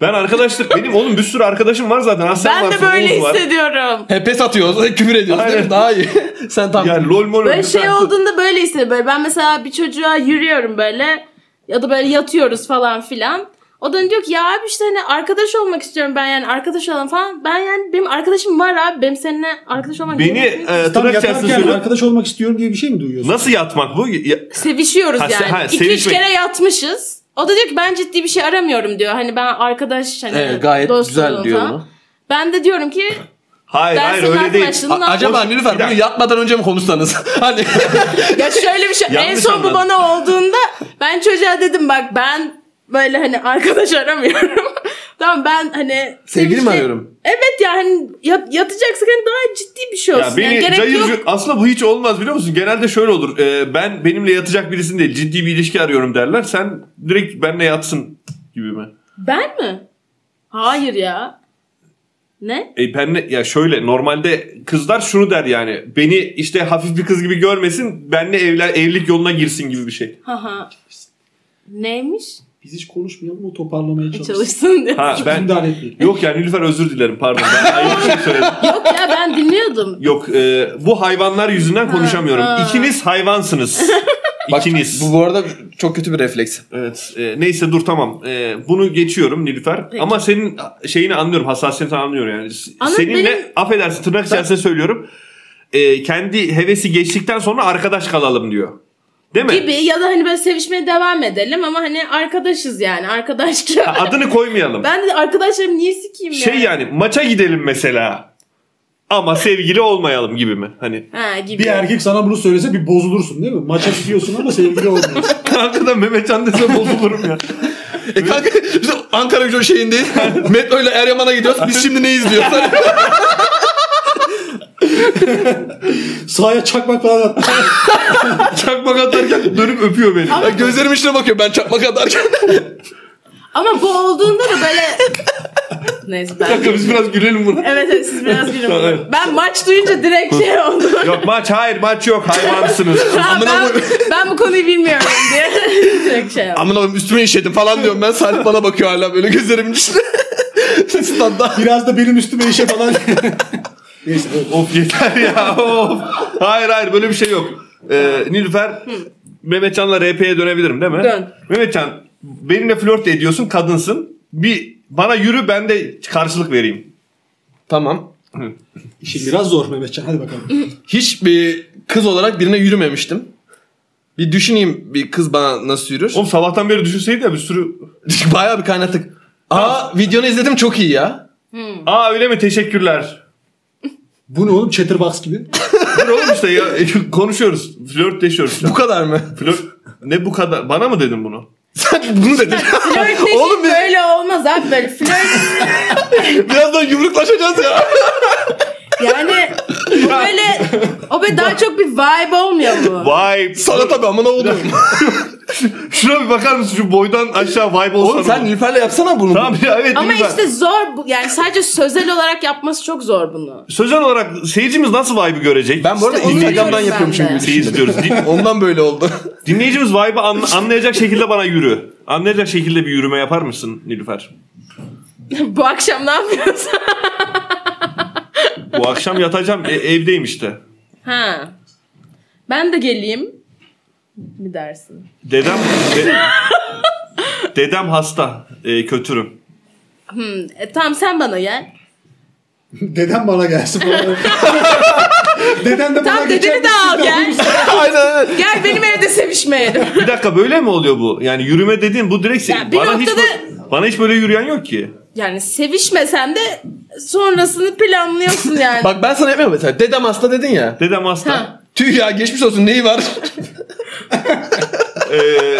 Ben arkadaşlık benim oğlum bir sürü arkadaşım var zaten. Aslan
Ben de
varsın,
böyle
Oğuz var.
hissediyorum.
He pes atıyoruz, küfür ediyoruz değil
Aynen.
mi? Daha iyi. Sen tam
Yani lol mol
Böyle
oynuyor,
şey
sen-
olduğunda böyle hissediyorum. Böyle ben mesela bir çocuğa yürüyorum böyle ya da böyle yatıyoruz falan filan. O da diyor ki ya abi işte hani arkadaş olmak istiyorum ben yani arkadaş olalım falan. Ben yani benim arkadaşım var abi benim seninle arkadaş olmak
Beni
gerekmiyor.
e,
Tam
tırnak içerisinde
yatarken
söylüyorum.
arkadaş olmak istiyorum diye bir şey mi duyuyorsun?
Nasıl yatmak bu? Ya-
sevişiyoruz
Ha, se-
yani.
ha,
2-3
sevişmek.
kere yatmışız. O da diyor ki ben ciddi bir şey aramıyorum diyor. Hani ben arkadaş hani
Evet, gayet
dost
güzel
olduğum
diyor
falan.
onu.
Ben de diyorum ki
Hayır
ben
hayır
senin
öyle değil.
arkadaşlığını
A- acaba
Boş-
Nilüfer
Bir dakika.
bunu yapmadan önce mi konuşsanız? hani
Ya şöyle bir şey. en
Yanlış
son bu
anladın.
bana olduğunda ben çocuğa dedim bak ben böyle hani arkadaş aramıyorum. tamam ben hani
Sevgili mi
sevişme-
arıyorum?
Evet ya hani yat, yatacaksak hani daha ciddi bir şey olsun.
Ya beni
Yani gerek
cayır
yok.
cayır- aslında bu hiç olmaz biliyor musun? Genelde şöyle olur. Ee, ben benimle yatacak birisini değil ciddi bir ilişki arıyorum derler. Sen direkt benimle yatsın gibi mi?
Ben mi? Hayır ya. Ne?
E ben ne- ya şöyle normalde kızlar şunu der yani. Beni işte hafif bir kız gibi görmesin. Benle evlen, evlilik yoluna girsin gibi bir şey.
Haha. Neymiş?
Biz hiç konuşmayalım o toparlamaya çalışsın.
Çalışsın diyor.
Ha ben
Müdahale etmeyin.
Yok yani Nilüfer özür dilerim pardon. Ben ayrı bir şey söyledim.
Yok ya ben dinliyordum.
Yok e, bu hayvanlar yüzünden konuşamıyorum.
ha.
İkiniz hayvansınız.
Bak,
İkiniz.
bu, bu arada çok kötü bir refleks.
Evet. e, neyse dur tamam. E, bunu geçiyorum Nilüfer.
Peki.
Ama senin şeyini anlıyorum. Hassasiyetini anlıyorum yani. S-
Anladım,
Seninle
benim-
affedersin tırnak içerisinde söylüyorum. E, kendi hevesi geçtikten sonra arkadaş kalalım diyor. Değil mi?
Gibi ya da hani böyle sevişmeye devam edelim ama hani arkadaşız yani arkadaş
Ha, Adını koymayalım.
Ben de arkadaşlarım niye sikeyim
Şey yani maça gidelim mesela. Ama sevgili olmayalım gibi mi? Hani
Ha gibi.
Bir erkek sana bunu söylese bir bozulursun değil mi? Maça gidiyorsun ama sevgili olmuyorsun.
arkadan Mehmetcan dese bozulurum ya.
E kanka biz Ankara Gücü şeyindeyiz. Metro ile Eryaman'a gidiyoruz. Biz şimdi ne izliyoruz? Hani
Sahaya çakmak falan at.
Çakmak atarken dönüp öpüyor beni.
Ama-
Gözlerim Hani- içine bakıyor ben çakmak atarken.
Ama bu olduğunda da böyle... Neyse ben...
Kanka biz biraz gülelim buna.
Evet evet siz biraz gülün. buna. Ben maç duyunca direkt şey oldu.
Yok maç hayır maç yok hayvansınız.
Ha,
Amına
ben,
koyayım.
ben bu konuyu bilmiyorum diye direkt şey oldu.
Amına koyayım üstüme işedim falan diyorum ben. Salih bana bakıyor hala böyle gözlerimin içine. Standa.
Biraz da benim üstüme işe falan. Neyse. evet.
Of yeter ya of. Hayır hayır böyle bir şey yok. Ee, Nilüfer Mehmetcan'la RP'ye dönebilirim değil mi?
Dön.
Mehmetcan benimle flört ediyorsun kadınsın. Bir bana yürü ben de karşılık vereyim.
Tamam.
İşin biraz zor Mehmetcan. Hadi bakalım.
Hiç bir kız olarak birine yürümemiştim. Bir düşüneyim bir kız bana nasıl yürür.
Oğlum sabahtan beri düşünseydi ya bir sürü.
Bayağı bir kaynattık. Aa videonu izledim çok iyi ya.
Aa öyle mi teşekkürler.
Bu ne oğlum? Chatterbox gibi.
Dur oğlum işte ya konuşuyoruz. Flörtleşiyoruz.
Bu kadar mı?
Flört ne bu kadar bana mı dedin bunu?
Sen bunu dedin.
Flörtleşip
Oğlum bir-
böyle olmaz abi böyle flört
Birazdan yumruklaşacağız ya.
yani bu böyle o böyle daha çok bir vibe olmuyor mu?
Vay.
Sana tabii amına oğlum.
Şuna bir bakar mısın şu boydan aşağı vibe olsana.
Oğlum sen Nilüfer'le yapsana bunu.
Tamam ya evet
Ama
Nilüfer.
işte zor bu yani sadece sözel olarak yapması çok zor bunu.
Sözel olarak seyircimiz nasıl vibe'ı görecek?
Ben bu arada
İşte onu
Instagram'dan
diyorum
yapıyormuşum
ben de.
gibi
Şeyi
düşündüm.
istiyoruz. Din-
Ondan böyle oldu.
dinleyicimiz vibe'ı an- anlayacak şekilde bana yürü. Anlayacak şekilde bir yürüme yapar mısın Nilüfer?
bu akşam ne yapıyorsun?
Bu akşam yatacağım e- evdeyim işte.
ha. Ben de geleyim mi dersin?
Dedem de- dedem hasta e, kötürüm.
E, tamam sen bana gel.
Dedem bana gelsin. falan. Dedem de bana
Tamam
geçer.
dedeni de al gel.
Aynen.
Gel benim evde sevişmeyelim.
Bir dakika böyle mi oluyor bu? Yani yürüme dediğin bu direkt
Ya bir
bana hiç
noktada-
bu- bana hiç böyle yürüyen yok ki.
Yani sevişmesen de sonrasını planlıyorsun yani.
Bak ben sana yapmıyorum mesela. Dedem hasta dedin ya.
Dedem hasta.
Ha.
Tüh ya geçmiş olsun neyi var?
Ee,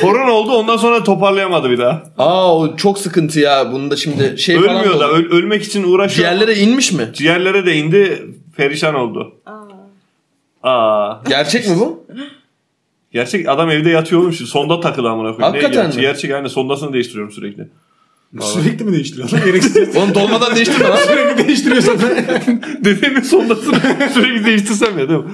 korona oldu ondan sonra toparlayamadı bir daha.
Aa o çok sıkıntı ya. Bunu da şimdi şey falan
Ölmüyor da
oldu.
öl- ölmek için uğraşıyor.
Ciğerlere inmiş mi?
Ciğerlere de indi perişan oldu. Aa.
Gerçek mi bu?
Gerçek adam evde yatıyor oğlum şimdi. Sonda takılı amına koyayım. Ne
Hakikaten
gerçek?
mi?
Gerçek yani sondasını değiştiriyorum sürekli.
Sürekli mi değiştiriyorsun? Gereksiz.
Oğlum dolmadan değiştirme lan.
Sürekli değiştiriyorsan da-
Dedemin sondasını sürekli değiştirsem ya değil mi?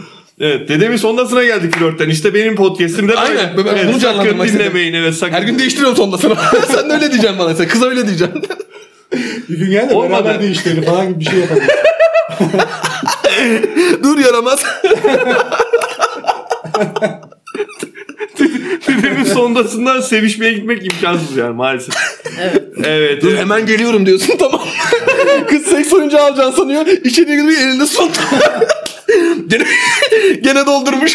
Evet dedemin sondasına geldik flörtten. İşte benim podcastimde
Aynen, ben- ben
evet,
bunu canlandırmak
sakın
istedim.
dinlemeyin evet sakın.
Her gün değiştiriyorum sondasını. Sen de öyle diyeceksin bana. Sen kıza öyle diyeceksin.
Bir gün gel de
Olmadı.
beraber değiştirelim falan gibi bir şey yapalım.
Dur yaramaz.
dedemin sondasından sevişmeye gitmek imkansız yani maalesef. Evet. Evet.
Dur hemen geliyorum diyorsun tamam. Kız seks oyuncağı alacaksın sanıyor. İçeriye giriyor elinde son. gene, gene doldurmuş.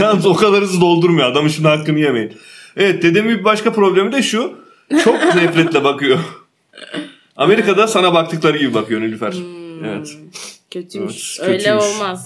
Yalnız o kadar hızlı doldurmuyor. Adamın şimdi hakkını yemeyin. Evet dedemin bir başka problemi de şu. Çok nefretle bakıyor. Amerika'da sana baktıkları gibi bakıyor Nilüfer. Evet.
Kötüymüş.
Evet,
Öyle
kötüymüş.
olmaz.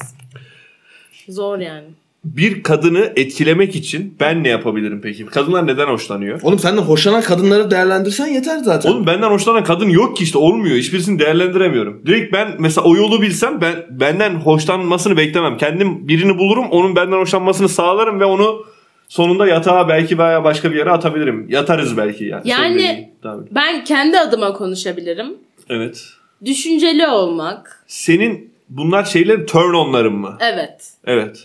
Zor yani.
Bir kadını etkilemek için ben ne yapabilirim peki? Kadınlar neden hoşlanıyor?
Oğlum senden hoşlanan kadınları değerlendirsen yeter zaten.
Oğlum benden hoşlanan kadın yok ki işte olmuyor. Hiçbirisini değerlendiremiyorum. Direkt ben mesela o yolu bilsem ben benden hoşlanmasını beklemem. Kendim birini bulurum, onun benden hoşlanmasını sağlarım ve onu sonunda yatağa belki veya başka bir yere atabilirim. Yatarız belki yani.
Yani-
Sevgili tabii.
Ben kendi adıma konuşabilirim.
Evet.
Düşünceli olmak.
Senin bunlar şeyler turn onların mı?
Evet.
Evet.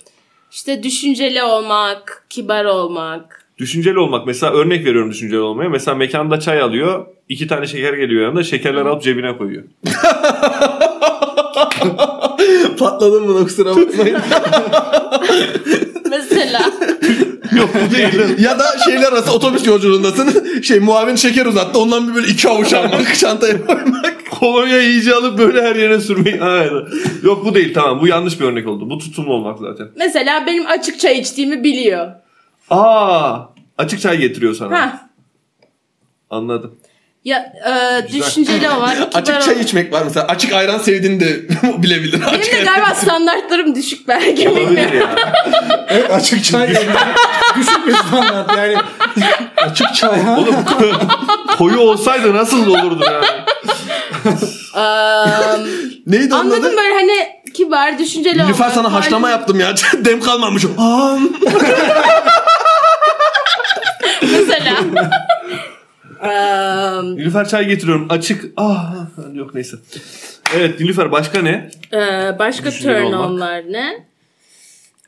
İşte düşünceli olmak, kibar olmak.
Düşünceli olmak mesela örnek veriyorum düşünceli olmaya. Mesela mekanda çay alıyor. iki tane şeker geliyor yanında. Şekerleri alıp cebine koyuyor.
Patladım buna kusura bakmayın.
Mesela
Yok bu değil.
ya da şeyler arası otobüs yolculuğundasın. Şey muavin şeker uzattı. Ondan bir böyle iki avuç almak. Çantaya koymak.
Kolonya iyice alıp böyle her yere sürmeyi. Hayır. Yok bu değil tamam bu yanlış bir örnek oldu. Bu tutumlu olmak zaten.
mesela benim açık çay içtiğimi biliyor.
Aa açık çay getiriyor sana.
Ha.
Anladım.
Ya e,
Güzel.
düşünceli olmak, kibar
Açık
olmak.
çay içmek var mesela. Açık ayran sevdiğini de bilebilir.
Benim
Açık
de
ayran-
galiba standartlarım düşük belki
Olabilir
bilmiyorum.
ya.
Evet açık çay düşük bir standart yani. açık çay ha.
Oğlum koyu olsaydı nasıl olurdu yani.
Eee,
Neydi onun adı?
anladım böyle hani kibar, düşünceli olmak.
Nilüfer sana haşlama yaptım ya. Dem kalmamış. Aa,
Mesela. Eee,
Nilüfer çay getiriyorum açık. Ah yok neyse. Evet Nilüfer başka ne?
eee, başka
Düşünceli
turn
olmak.
onlar ne?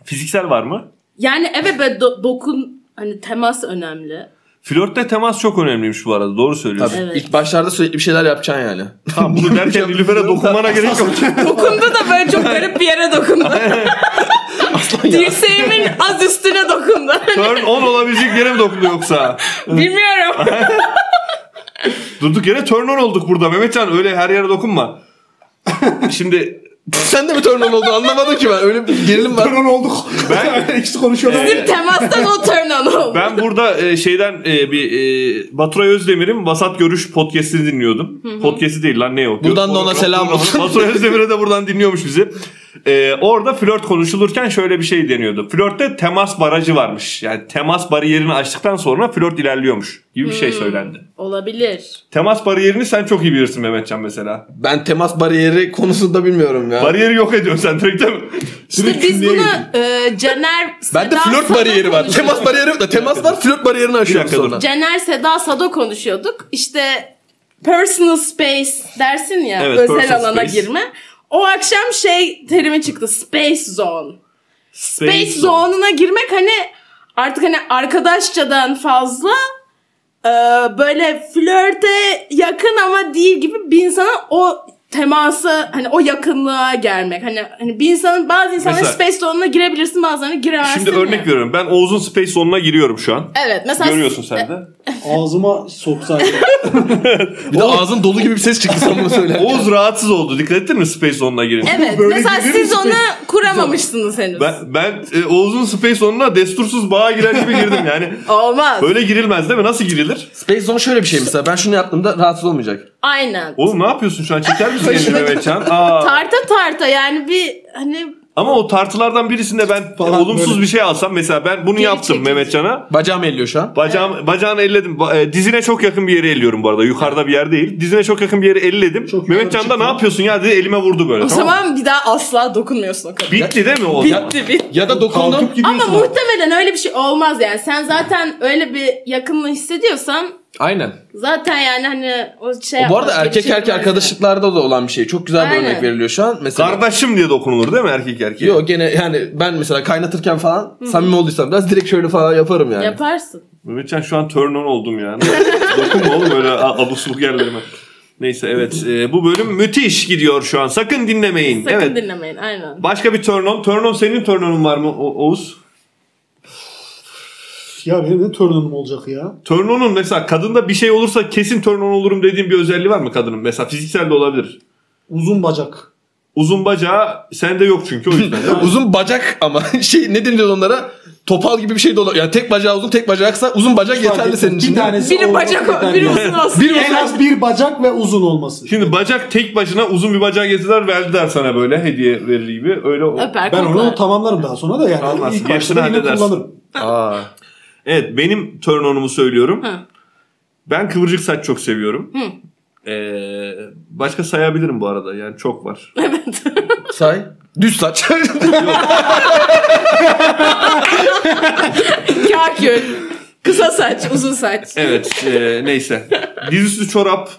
Fiziksel var mı?
Yani evet böyle do- dokun hani temas önemli.
Flörtte temas çok önemliymiş bu arada. Doğru söylüyorsun.
Tabii.
Evet.
İlk başlarda sürekli bir şeyler yapacaksın yani.
Tamam bunu derken Nilüfer'e dokunmana gerek yok.
Dokundu da böyle çok garip bir yere dokundu. Dirseğimin az üstüne dokundu.
Turn on olabilecek yere mi dokundu yoksa?
Bilmiyorum.
Durduk yere turn on olduk burada Mehmetcan öyle her yere dokunma. Şimdi
Sen de mi turn on oldun anlamadım ki ben. Öyle bir gerilim var.
Turn on olduk.
Ben-
ikisi konuşuyorlar.
Ee,
Evet.
Temastan o turn on oldu.
ben burada e, şeyden e, bir e, Baturay Özdemir'in Vasat Görüş podcast'ini dinliyordum. Podcast'i değil lan ne o?
Buradan da ona selam olsun.
Baturay Özdemir'e de buradan dinliyormuş bizi. E, orada flört konuşulurken şöyle bir şey deniyordu. Flörtte temas barajı varmış. Yani temas bariyerini aştıktan sonra flört ilerliyormuş gibi bir şey söylendi.
Olabilir.
Temas bariyerini sen çok iyi bilirsin Mehmetcan mesela.
Ben temas bariyeri konusunda bilmiyorum ya.
Bariyeri yok ediyorsun sen direkt değil mi?
İşte biz bunu e, Caner
Bende
Seda
flört
Sada
bariyeri var.
konuşuyorduk.
Temas bariyeri yok da temas var flört bariyerini aşıyoruz
dakika dur.
sonra.
Caner Seda Sado konuşuyorduk. İşte personal space dersin ya
Evet,
özel
personal
alana
space.
girme. O akşam şey terimi çıktı space zone. Space zone'una girmek hani artık hani arkadaşçadan fazla e, böyle flörte yakın ama değil gibi bir insana o temasa hani o yakınlığa gelmek. Hani, hani bir insanın bazı insanların
Mesela-
space zone'una girebilirsin bazılarına giremezsin.
Şimdi
ya.
örnek veriyorum. Ben Oğuz'un Space Zone'una giriyorum şu an.
Evet mesela
Görüyorsun sen de.
E,
Ağzıma soksaydı.
Bir de ağzın dolu gibi bir ses çıktı sen bunu söylerken.
Oğuz rahatsız oldu. Dikkat ettin mi Space Zone'una girince?
e, Evet.
Böyle
mesela
gidilir
siz
mi?
onu kuramamışsınız henüz.
Ben, ben e, Oğuz'un Space Zone'una destursuz bağa girer gibi girdim yani.
Olmaz.
Böyle girilmez değil mi? Nasıl girilir?
Space Zone şöyle bir şey mesela. Ben şunu yaptığımda rahatsız olmayacak.
Aynen.
Oğlum ne yapıyorsun şu an? Çeker misin kendini Mehmetcan? Aa.
Tarta tarta yani bir hani
Ama o tartılardan birisinde ben e,
Falan
olumsuz
böyle.
bir şey alsam mesela ben bunu
Geri
yaptım
çekici.
Mehmetcan'a.
Bacağım elliyor şu an.
Bacağım, Bacağını elledim. Ba- e, dizine çok yakın bir yere elliyorum bu arada. Yukarıda bir yer değil. Dizine çok yakın bir yere elledim.
Çok yukarı
Mehmetcan da
çıktı.
ne yapıyorsun ya dedi elime vurdu böyle.
o
tamam mı?
zaman bir daha asla dokunmuyorsun o kadar.
Bitti değil mi o zaman?
Bitti bitti.
Ya da dokundum.
Kalkıp gidiyorsun.
Ama muhtemelen öyle bir şey olmaz yani. Sen zaten öyle bir yakınlığı hissediyorsan
Aynen.
zaten yani hani o şey
Bu arada
yapmak gibi bir
erkek
şey
erkek
olmaz
arkadaşlıklarda da olan bir şey. Çok güzel bir
Aynen.
örnek veriliyor şu an. Mesela
Kardeşim diye dokunulur değil mi erkek erkeğe?
Yok gene yani ben mesela kaynatırken falan samimi olduysam biraz direkt şöyle falan yaparım yani.
yani. Yaparsın.
Mehmetcan şu an turn on oldum yani. Dokunma oğlum öyle a- abuk subuk yerlerime. Neyse evet e, bu bölüm müthiş gidiyor şu an. Sakın dinlemeyin.
Sakın
evet.
dinlemeyin aynen.
Başka bir turn on. Turn on senin turn on'un var mı O- Oğuz?
Ya benim ne turn on'um olacak ya?
Turn on'un mesela kadında bir şey olursa kesin turn on olurum dediğin bir özelliği var mı kadının? Mesela fiziksel de olabilir.
Uzun bacak.
Uzun bacağı sende yok çünkü o yüzden.
Uzun bacak ama şey ne deniliyor onlara? topal gibi bir şey de olur. Yani tek bacağı uzun tek bacağı kısa uzun bacak
Fark
yeterli
etmez.
senin için.
Bir tanesi
Biri
olması yeterli.
bacak, biri uzun olsun.
Biri
yani.
En az bir bacak ve uzun olması.
Şimdi bacak tek başına uzun bir bacağı getirdiler verdiler sana böyle hediye verir gibi. Öyle o-
Öper
Ben onu
koklar.
tamamlarım daha sonra da yani.
Anlarsın,
İlk
gerisini
başta da yine
halledersin.
kullanırım.
Aa.
Evet benim turn on'umu söylüyorum.
Hı.
Ben kıvırcık saç çok seviyorum. Ee, başka sayabilirim bu arada yani çok var.
Say. Düz saç.
Kakül. Kısa saç, uzun saç.
Evet ee, neyse. Dizüstü çorap.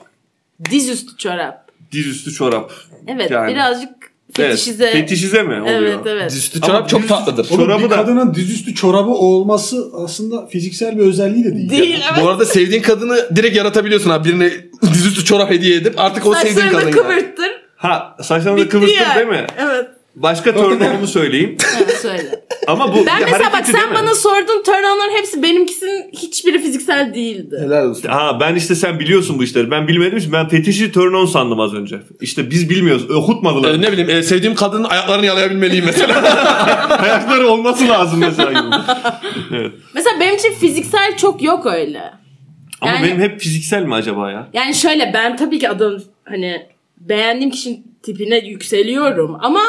Dizüstü çorap.
Dizüstü çorap.
Evet
Yani.
birazcık
Evet,
fetişize.
Fetişize mi oluyor?
Evet evet.
Dizüstü
Ama
çorap çok
dizüstü-
tatlıdır.
Oğlum
Çorabı
bir
da-
kadının dizüstü çorabı olması aslında fiziksel bir özelliği de değil.
Değil evet.
Bu arada sevdiğin kadını direkt yaratabiliyorsun abi. Birine dizüstü çorap hediye edip artık o sevdiğin
Saçlarını
kadın.
da
yani.
kıvırttır.
Ha saçlarını da
Bitti
kıvırttın
yani.
değil mi?
Evet.
Başka turn on'umu söyleyeyim.
Evet söyle.
Ama bu
Ben
bir
mesela bak
hareketi
sen
değil mi?
bana sordun turn on'ların hepsi benimkisinin hiçbiri fiziksel değildi.
Helal olsun.
Ha ben işte sen biliyorsun bu işleri. Ben bilmediğim için ben fetişi turn on sandım az önce. İşte biz bilmiyoruz. Okutmadılar.
Ee, ne bileyim e, sevdiğim kadının ayaklarını yalayabilmeliyim mesela.
Ayakları olması lazım mesela gibi. evet.
Mesela benim için fiziksel çok yok öyle.
Ama
Yani-
benim hep fiziksel mi acaba ya?
Yani şöyle ben tabii ki adam hani beğendiğim kişinin tipine yükseliyorum ama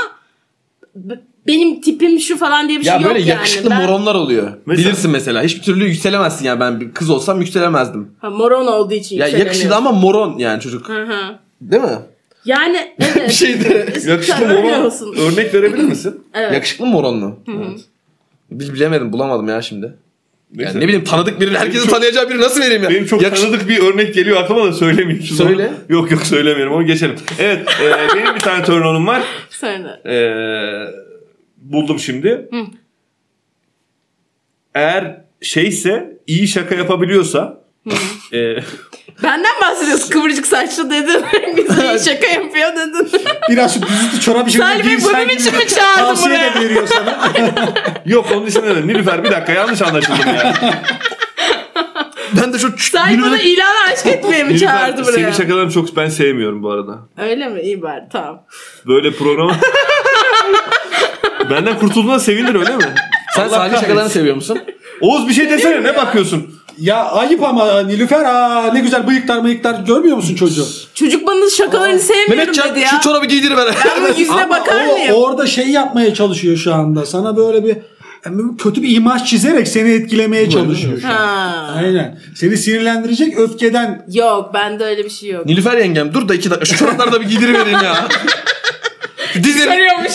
b- benim tipim şu falan diye bir
ya
şey yok
böyle
yani.
yakışıklı
Ben-
moronlar oluyor.
Mesela-
Bilirsin mesela. Hiçbir türlü yükselemezsin yani. Ben bir kız olsam yükselemezdim.
Ha, moron olduğu için
Ya
yükselemiyorum.
yakışıklı ama moron yani çocuk.
Hı hı.
Değil mi?
Yani evet.
Bir şey de.
Yakışıklı
Öyle
moron
olsun.
örnek verebilir misin?
Evet.
Yakışıklı mı moronlu? Evet. Bil- Bilemedim bulamadım ya şimdi.
Neyse.
Yani ne bileyim tanıdık birini herkesin
çok-
tanıyacağı biri nasıl vereyim ya?
Benim çok
Yakışıklı-
tanıdık bir örnek geliyor aklıma da söylemeyeyim. şu
Söyle.
zaman. Yok yok söylemiyorum onu geçelim. Evet e, benim bir tane turn on'um var.
Sonra.
E, buldum şimdi. Eğer şeyse iyi şaka yapabiliyorsa e,
Benden
Şey-
bahsediyorsun kıvırcık saçlı dedin. Güzel şaka yapıyor dedin.
Biraz şu dizüstü çorap işi
Salih Bey bunun için mi çağırdın
tavsiye
buraya?
de veriyor sana.
yok onun için de Nilüfer bir dakika yanlış anlaşıldım ya.
Ben de şu ç-
Salih bunu ilan aşk etmeye mi
Nilüfer
çağırdı
senin
buraya?
şakalarını çok ben sevmiyorum bu arada.
Öyle mi? İyi bari tamam.
Böyle programa... Benden kurtulduğuna sevindin öyle mi?
sen Salih
kahretsin.
şakalarını seviyor musun?
Oğuz bir şey desene ne bakıyorsun?
ya ayıp ama Nilüfer aa ne güzel bıyıklar mıyıklar görmüyor musun çocuğu?
Çocuk bana şakalarını sevmiyorum
Mehmetcan
dedi ya.
şu çorabı giydiriver.
Ben bunun yüzüne bakar
o
mıyım?
orada şey yapmaya çalışıyor şu anda. Sana böyle bir yani kötü bir imaj çizerek seni etkilemeye çalışıyor şu an.
Ha.
Aynen. Seni sinirlendirecek öfkeden
Yok bende öyle bir şey yok.
Nilüfer yengem dur da iki dakika şu çorapları da bir giydirivereyim ya. Şu dizini,
Arıyormuş.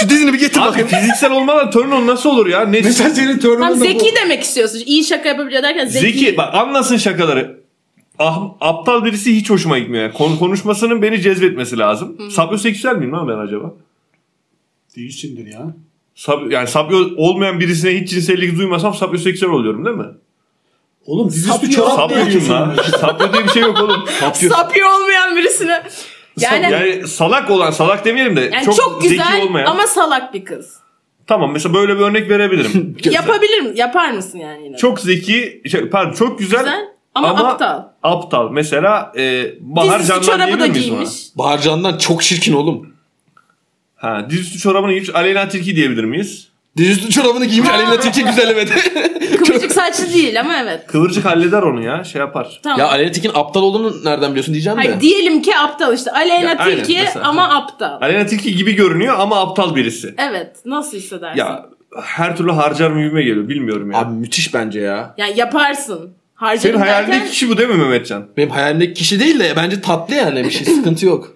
şu dizini bir getir
Abi
bakayım.
fiziksel olmadan turn on nasıl olur ya? Ne
mesela
Tam
senin törnünde
zeki demek istiyorsun. İyi şaka yapabiliyor derken zeki.
Zeki. bak anlasın şakaları. Ah, aptal birisi hiç hoşuma gitmiyor. Yani. Kon- konuşmasının beni cezbetmesi lazım. Sapyoseksüel miyim lan ben acaba?
Değilsindir ya.
Sab- yani sapyo olmayan birisine hiç cinsellik duymasam sapyoseksüel oluyorum değil mi?
Oğlum dizüstü
Sapıyor.
çorap
Sapyo kim
veriyorsun.
lan? Sapyo diye bir şey yok oğlum. Sapyo.
Sapıyor olmayan birisine. Yani,
Yani,
yani,
salak olan salak demeyelim de çok,
çok, güzel
zeki olmayan.
ama salak bir kız.
Tamam mesela böyle bir örnek verebilirim.
Yapabilir mi? Yapar mısın yani yine?
çok zeki, şey, pardon çok güzel,
güzel ama, aptal.
Aptal. Mesela e, Bahar
Dizüstü
Candan
çorabı da
diyebilir miyiz ona?
giymiş.
Bağırcandan çok şirkin oğlum.
Ha, dizüstü çorabını giymiş Aleyna Tilki diyebilir miyiz?
Dizüstü çorabını giymiş Aleyna Tilki güzellemedi.
Kıvırcık saçlı değil ama evet.
Kıvırcık halleder onu ya şey yapar.
Tamam.
ya Aleyna Tilki'nin aptal olduğunu nereden biliyorsun diyeceğim de.
Hayır, diyelim ki aptal işte. Aleyna
Ya, aynen,
Tilki
mesela.
ama aptal.
Aleyna Tilki gibi görünüyor ama aptal birisi.
Evet. Nasıl hissedersin? Ya.
Ya her türlü harcar mühime geliyor bilmiyorum ya.
Abi müthiş bence ya.
Yani yaparsın.
Senin
Harcarım derken...
hayalindeki kişi bu değil mi Mehmetcan?
Benim hayalimdeki kişi değil de bence tatlı yani bir şey sıkıntı yok.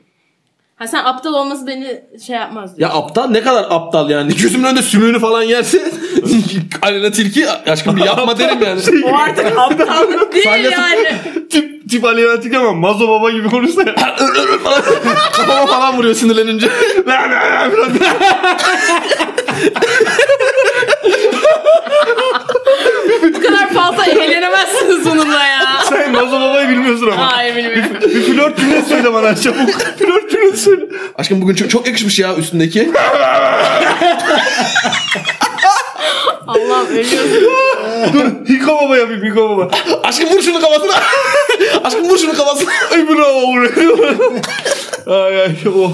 Ha, sen aptal olması beni şey yapmaz diyor.
Ya aptal ne kadar aptal yani. Gözümün önünde sümüğünü falan yerse Aleyna Tilki aşkım bir yapma derim yani.
O artık aptallık değil
Salyası-
yani.
Tip, tip Aleyna Tilki ama Mazo Baba gibi konuşsa ya.
Kafama falan vuruyor sinirlenince.
Lan, lan, lan, lan.
Bu kadar fazla eğlenemezsiniz bununla ya.
Sen Mazo Baba'yı bilmiyorsun ama.
Hayır bilmiyorum.
Bir flört cümlesi söyle bana çabuk. flört cümlesi söyle.
Aşkım bugün çok, çok yakışmış ya üstündeki.
Allah'ım ölüyorsun.
Dur Hiko Baba yapayım Hiko Baba.
Aşkım vur şunu kafasına. Aşkım vur şunu kafasına.
İbne oğlu. ay ay oh.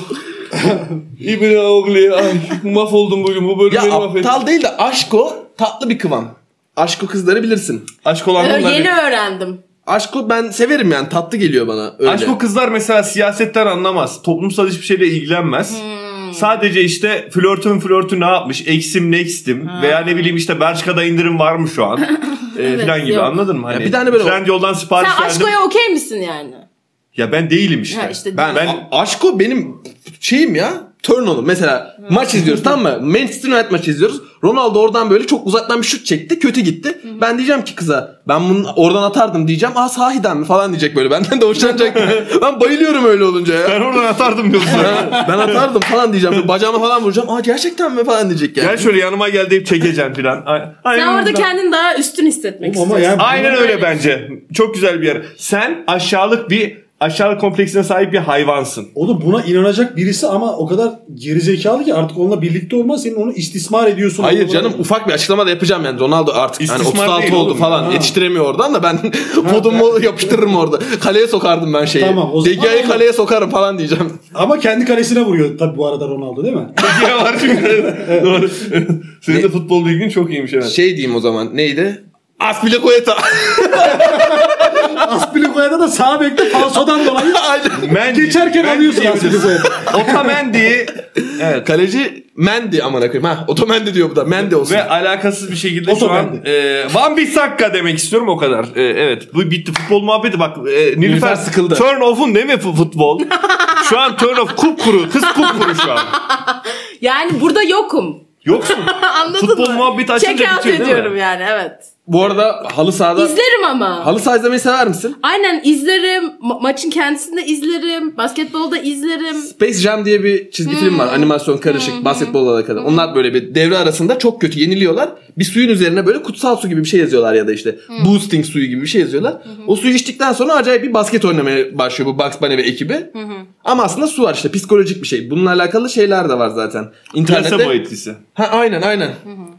İbne oğlu ay mahvoldum bugün bu bölüm
Ya
beni mahvetti.
aptal değil de aşk o. tatlı bir kıvam. Aşko kızları bilirsin.
Aşk olan bunlar.
Ee, Yeni öğrendim.
Aşko ben severim yani tatlı geliyor bana öyle.
Aşk o kızlar mesela siyasetten anlamaz. Toplumsal hiçbir şeyle ilgilenmez.
Hmm.
Sadece işte flörtün flörtü ne yapmış? Eksim nextim. Veya ne bileyim işte Berçka'da indirim var mı şu an? Ee,
Evet,
falan gibi
yok.
anladın mı? Hani
bir tane böyle-
Trend yoldan sipariş
Sen
verdim.
aşkoya okey misin yani?
Ya ben değilim işte.
Ha, işte
Ben,
Ben-
A- Aşko benim şeyim ya. Turn on'um. Mesela maç izliyoruz tamam mı? Manchester United maçı izliyoruz. Ronaldo oradan böyle çok uzaktan bir şut çekti. Kötü gitti. Ben diyeceğim ki kıza ben bunu oradan atardım diyeceğim. Aa sahiden mi falan diyecek böyle. Benden de hoşlanacak. ben bayılıyorum öyle olunca ya.
Ben oradan atardım diyorsun.
Ha, ben atardım falan diyeceğim. Bacağıma falan vuracağım. Aa gerçekten mi falan diyecek yani.
Gel şöyle yanıma gel deyip çekeceğim falan. Ay-
Sen
Aynen
orada
öyle.
kendini daha üstün hissetmek
Ama
istiyorsun.
yani-
Aynen öyle bence. Çok güzel bir yer. Sen aşağılık bir aşağılık kompleksine sahip bir hayvansın.
Oğlum buna inanacak birisi ama o kadar gerizekalı ki artık onunla birlikte olman senin onu istismar ediyorsun.
Hayır
Onunla-
canım ufak bir açıklama da yapacağım yani Ronaldo artık yani
İstismar
36
değil
oldu
oğlum
falan
ya.
yetiştiremiyor oradan da ben podumu yapıştırırım orada. Kaleye sokardım ben şeyi.
Tamam, o
Tamam,
zaman-
kaleye sokarım falan diyeceğim.
Ama kendi kalesine vuruyor tabii bu arada Ronaldo değil mi?
Diye var çünkü. Doğru. Senin de futbol bilgin çok iyiymiş evet.
Şey diyeyim o zaman neydi? Aspilicueta.
Aspilicueta'da da sağ bekte falsodan dolayı
Aynen.
Mendy.
geçerken
Mendy
alıyorsun
diyebiliriz.
Aspilicueta.
Otamendi'yi evet.
Kaleci Mendy amına koyayım. Ha, Otomendi diyor bu da. Mendy olsun.
Ve alakasız bir şekilde şu an
Otamendi.
e, Van Bissaka demek istiyorum o kadar. E, evet bu bitti futbol muhabbeti bak e, Nilüfer,
Nilüfer sıkıldı.
Turn off'un değil mi fu- futbol? şu an turn off kupkuru kız kupkuru şu an.
Yani burada yokum.
Yoksun.
Anladın
Futbol
mı?
muhabbeti açınca
Check out
bitiyor değil mi?
ediyorum yani evet.
Bu arada halı sahada
İzlerim ama.
halı saha izlemeyi sever misin?
Aynen izlerim. Ma- maçın kendisini de izlerim. Basketbolda izlerim.
Space Jam diye bir çizgi film var. Animasyon karışık basketbolla alakalı. Onlar böyle bir devre arasında çok kötü yeniliyorlar. Bir suyun üzerine böyle kutsal su gibi bir şey yazıyorlar ya da işte boosting suyu gibi bir şey yazıyorlar. O suyu içtikten sonra acayip bir basket oynamaya başlıyor bu Bugs Bunny ve ekibi. Ama aslında su var işte psikolojik bir şey. Bununla alakalı şeyler de var zaten. İnternette.
Placebo etkisi.
Ha aynen aynen.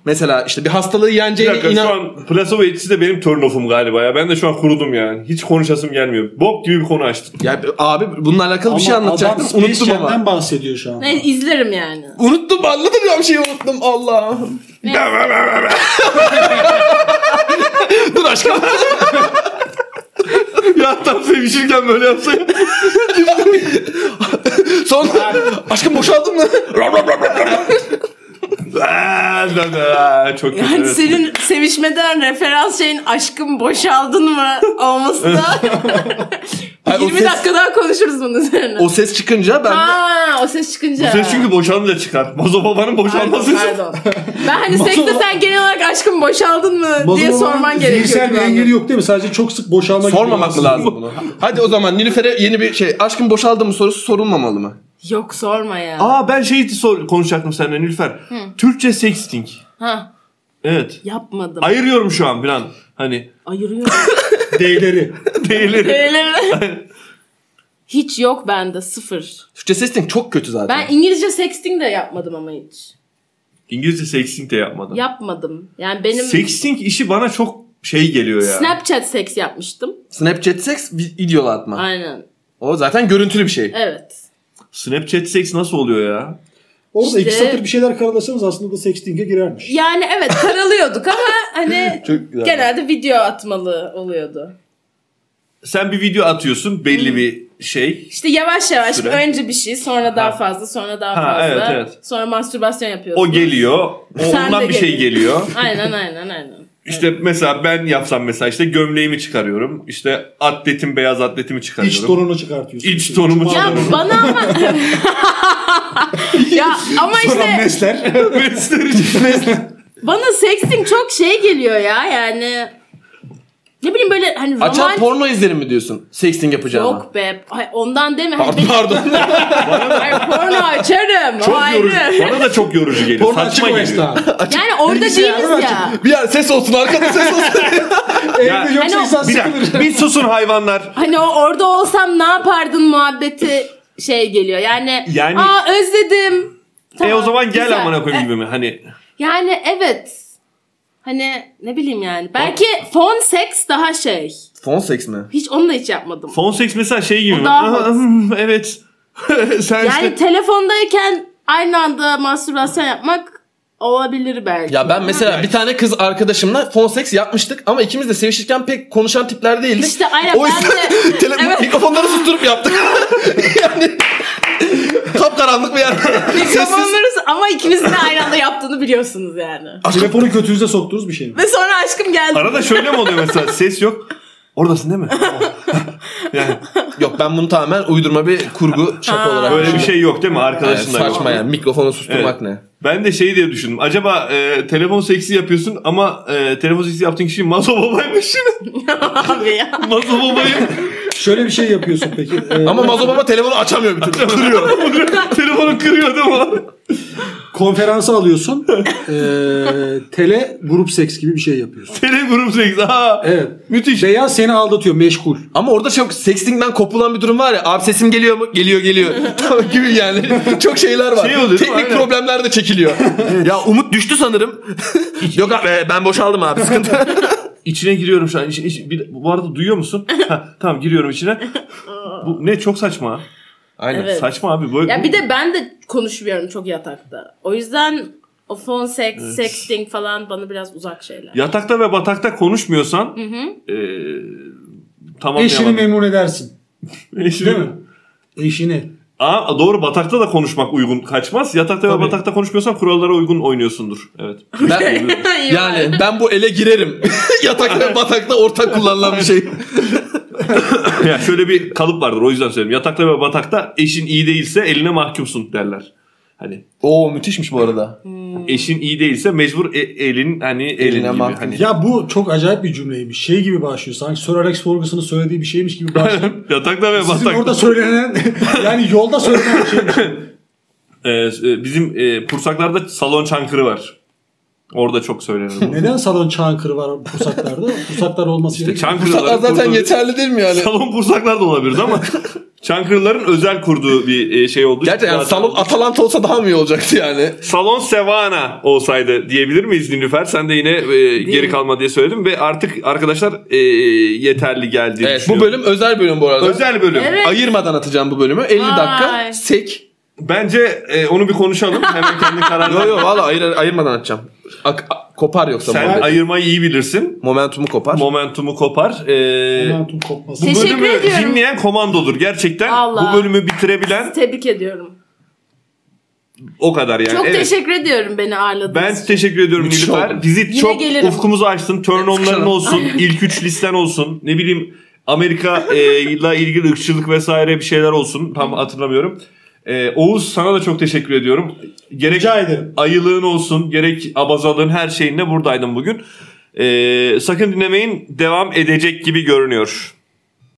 Mesela işte bir hastalığı
Bir
yeneceğine
dakika
inan.
şu an placebo etkisi de benim turn off'um galiba ya. Ben de şu an kurudum yani. Hiç konuşasım gelmiyor. Bok gibi bir konu açtım.
Ya abi bununla alakalı bir şey
Ama
anlatacaktım
adam
unuttum
Space
ama.
Jam'den bahsediyor şu an.
Ne, izlerim yani.
Unuttum anlatacağım şeyi unuttum Allah. Dur aşkım.
ya tam sevişirken böyle yapsaydım.
Son aşkım boşaldın mı?
Çok kötü.
Yani
evet.
senin sevişmeden referans şeyin aşkım boşaldın mı olması da
Ay, o
20
ses-
dakika daha konuşuruz bunun üzerine.
O ses çıkınca ben de
Ha, o ses çıkınca.
Ses çünkü boşanınca çıkar. Bozo babanın boşanması
Pardon,
için.
pardon. Ben hani
Bozo
sekte
baba-
sen genel olarak aşkım boşaldın mı diye
Bozulmanın
sorman gerekiyor.
Zihinsel bir
güvenli.
engeli yok değil mi? Sadece çok sık boşalma gibi
sormamak mı
bir-
lazım bunu? Hadi o zaman Nilüfer'e yeni bir şey aşkım boşaldı mı sorusu sorulmamalı mı?
Yok sorma ya.
Aa ben şey sor, konuşacaktım seninle Nilüfer. Türkçe sexting.
Ha,
Evet.
yapmadım.
Ayırıyorum şu an falan. Hani
Ayırıyorum.
D'leri.
değilir.
Öyle- hiç yok bende sıfır.
Türkçe sesting çok kötü zaten.
Ben İngilizce sexting de yapmadım ama hiç.
İngilizce sexting de yapmadım.
Yapmadım. Yani benim
Sexting işi bana çok şey geliyor ya.
Snapchat seks yapmıştım.
Snapchat sex video atma.
Aynen.
O zaten görüntülü bir şey.
Evet.
Snapchat seks nasıl oluyor ya?
Orada
İşte-
iki satır bir şeyler karalasanız aslında da sexting'e girermiş.
Yani evet karalıyorduk ama hani
Çok güzel.
genelde video atmalı oluyordu.
Sen bir video atıyorsun belli bir şey.
İşte yavaş yavaş
Süre.
önce bir şey sonra daha
Ha.
fazla sonra daha
Ha,
fazla.
evet, evet.
Sonra mastürbasyon yapıyorsun.
O geliyor. O
Sen
ondan
de
bir şey
geliyor.
geliyor.
Aynen aynen aynen.
İşte mesela ben yapsam mesela işte gömleğimi çıkarıyorum. İşte atletim beyaz atletimi çıkarıyorum.
İç tonunu çıkartıyorsun.
İç tonumu
Ya
çıkarıyorum.
bana ama... ya ama
Sonra
işte
mesler.
bana sexting çok şey geliyor ya yani. Ne bileyim böyle hani
Açar
romantik...
porno izlerim mi diyorsun? Sexting yapacağım.
Yok be. Ay, ondan deme. Hani
Pardon.
benim-
pardon.
Ay, porno açarım. o
Çok
ayrı.
yorucu. Şey, Bana da çok yorucu geliyor.
Porno açık
Saçma
o
geliyor.
esnada.
Yani orada
Bilgisayarı
değiliz ya.
açık.
bir yer ses olsun arkada ses olsun.
Ya-
Evde yoksa
Hani o-
insan
Bir dakika.
sıkılır.
Bir susun hayvanlar.
Hani o orada olsam ne yapardın muhabbeti şey geliyor. Yani,
Yani-
aa özledim.
e o zaman gel
güzel. E-
amına koyayım gibi mi? Hani
Yani evet. Hani ne bileyim yani. Belki fon seks daha şey.
Fon seks mi?
Hiç onunla hiç yapmadım.
fon seks mesela şey gibi
O
mi?
daha
Aha,
hot.
hmm, evet. Sen
yani
işte
telefondayken aynı anda mastürbasyon yapmak Olabilir belki.
Ya ben mesela bir tane kız arkadaşımla fon seks yapmıştık ama ikimiz de sevişirken pek konuşan tipler değildik.
İşte aynen
o yüzden
ben de-
tele-
Evet.
mikrofonları susturup yaptık. yani kapkaranlık bir yerde. Sessiz.
Mikrofonlarız ama ikimizin de aynı anda yaptığını biliyorsunuz yani.
Telefonu götünüze soktuğunuz bir şey mi?
Ve sonra aşkım geldi.
Arada şöyle mi oluyor mesela ses yok. Oradasın değil mi? yani
Yok ben bunu tamamen uydurma bir kurgu şaka olarak.
böyle bir
düşünüyorum.
şey yok değil mi
Evet,
arkadaşınla?
saçma yani mikrofonu susturmak
Evet.
ne?
Ben de şey diye düşündüm. Acaba e, telefon seksi yapıyorsun ama e, telefon seksi yaptığın kişi Mazo Baba'ymış.
Abi ya.
Mazo Baba'yı
Şöyle bir şey yapıyorsun peki. Ee,
Ama Mazo Baba telefonu açamıyor bir türlü.
kırıyor. Telefonu kırıyor değil mi?
konferansı alıyorsun. Ee, tele grup seks gibi bir şey yapıyorsun.
Tele grup seksi. Ha.
Evet.
Müthiş.
Veya seni aldatıyor meşgul.
Ama orada çok sexting'den kopulan bir durum var ya. Abi sesim geliyor mu? Geliyor geliyor. tamam gibi yani. Çok şeyler var.
Şey oluyor değil mi?
Teknik
Aynen.
problemler de çekiliyor. ya Umut düştü sanırım. Yok abi e, ben boşaldım abi sıkıntı.
İçine giriyorum şu an. İç- iç- bir- bu arada duyuyor musun? ha, tamam giriyorum içine. Bu ne çok saçma.
Aynen.
Evet.
Saçma abi böyle.
Ya bir de ben de konuşmuyorum çok yatakta. O yüzden o phone sex, sexting falan bana biraz uzak şeyler.
Yatakta ve batakta konuşmuyorsan
Hı hı.
e, tamam
Eşini memnun edersin.
Eşini
Değil mi? Eşini.
Aa, doğru batakta da konuşmak uygun kaçmaz. Yatakta ve
Tabii.
batakta konuşmuyorsan kurallara uygun oynuyorsundur. Evet.
Ben, yani ben bu ele girerim. Yatakta ve batakta ortak kullanılan bir şey.
ya şöyle bir kalıp vardır o yüzden söylüyorum. Yatakta ve batakta eşin iyi değilse eline mahkumsun derler. Hani
Oo müthişmiş bu arada.
eşin iyi değilse mecbur e- elin hani elin gibi
mahkum.
hani.
Ya bu çok acayip bir cümleymiş. Şey gibi başlıyor. Sanki Sir Alex Ferguson'ın söylediği bir şeymiş gibi başlıyor.
Yatakta ve
Sizin
batakta.
orada söylenen yani yolda söylenen bir şey. şeymiş.
Ee, e, bizim e, Pursaklar'da salon çankırı var. Orada çok söylenir bu.
Neden salon çankırı var Pursaklar'da? Pursaklar olması
İşte
gerekiyor.
Çankırılar
Saklar zaten yeterli değil mi yani?
Salon Pursaklar da olabilirdi ama Çankırıların özel kurduğu bir e, şey olduğu için
Gerçi yani
zaten-
salon Atalanta olsa daha mı iyi olacaktı yani?
Salon Sevana olsaydı diyebilir miyiz Nilüfer? Sen de yine e, geri kalma diye söyledim ve artık arkadaşlar e, yeterli geldi.
Evet, bu bölüm özel bölüm bu arada.
özel bölüm.
Evet.
Ayırmadan atacağım bu bölümü. 50
Vay.
dakika sek.
Bence e, onu bir konuşalım. Hemen kendi
Yo
kararını.
yo valla ayır, ayırmadan atacağım. Ak- a- kopar yoksa
Sen
muhabbet.
ayırmayı iyi bilirsin.
Momentumu kopar.
Momentumu kopar. E,
Momentum kopması.
bu
Teşekkür
bölümü
ediyorum.
dinleyen komandodur. Gerçekten
Vallahi.
bu bölümü bitirebilen
Tebrik ediyorum.
o kadar yani.
Çok
Evet.
teşekkür ediyorum beni ağırladığınız
Ben
için.
teşekkür ediyorum
Müthiş
Nilüfer.
oldu.
Bizi
Yine
çok
gelirim.
ufkumuzu açtın. Turn onların
Sıkışalım.
olsun. ilk üç listen olsun. Ne bileyim Amerika e, ile ilgili ırkçılık vesaire bir şeyler olsun. Tam hatırlamıyorum. E, Oğuz sana da çok teşekkür ediyorum. Gerek
Rica ederim.
ayılığın olsun gerek abazalığın her şeyinle buradaydım bugün. E, sakın dinlemeyin devam edecek gibi görünüyor.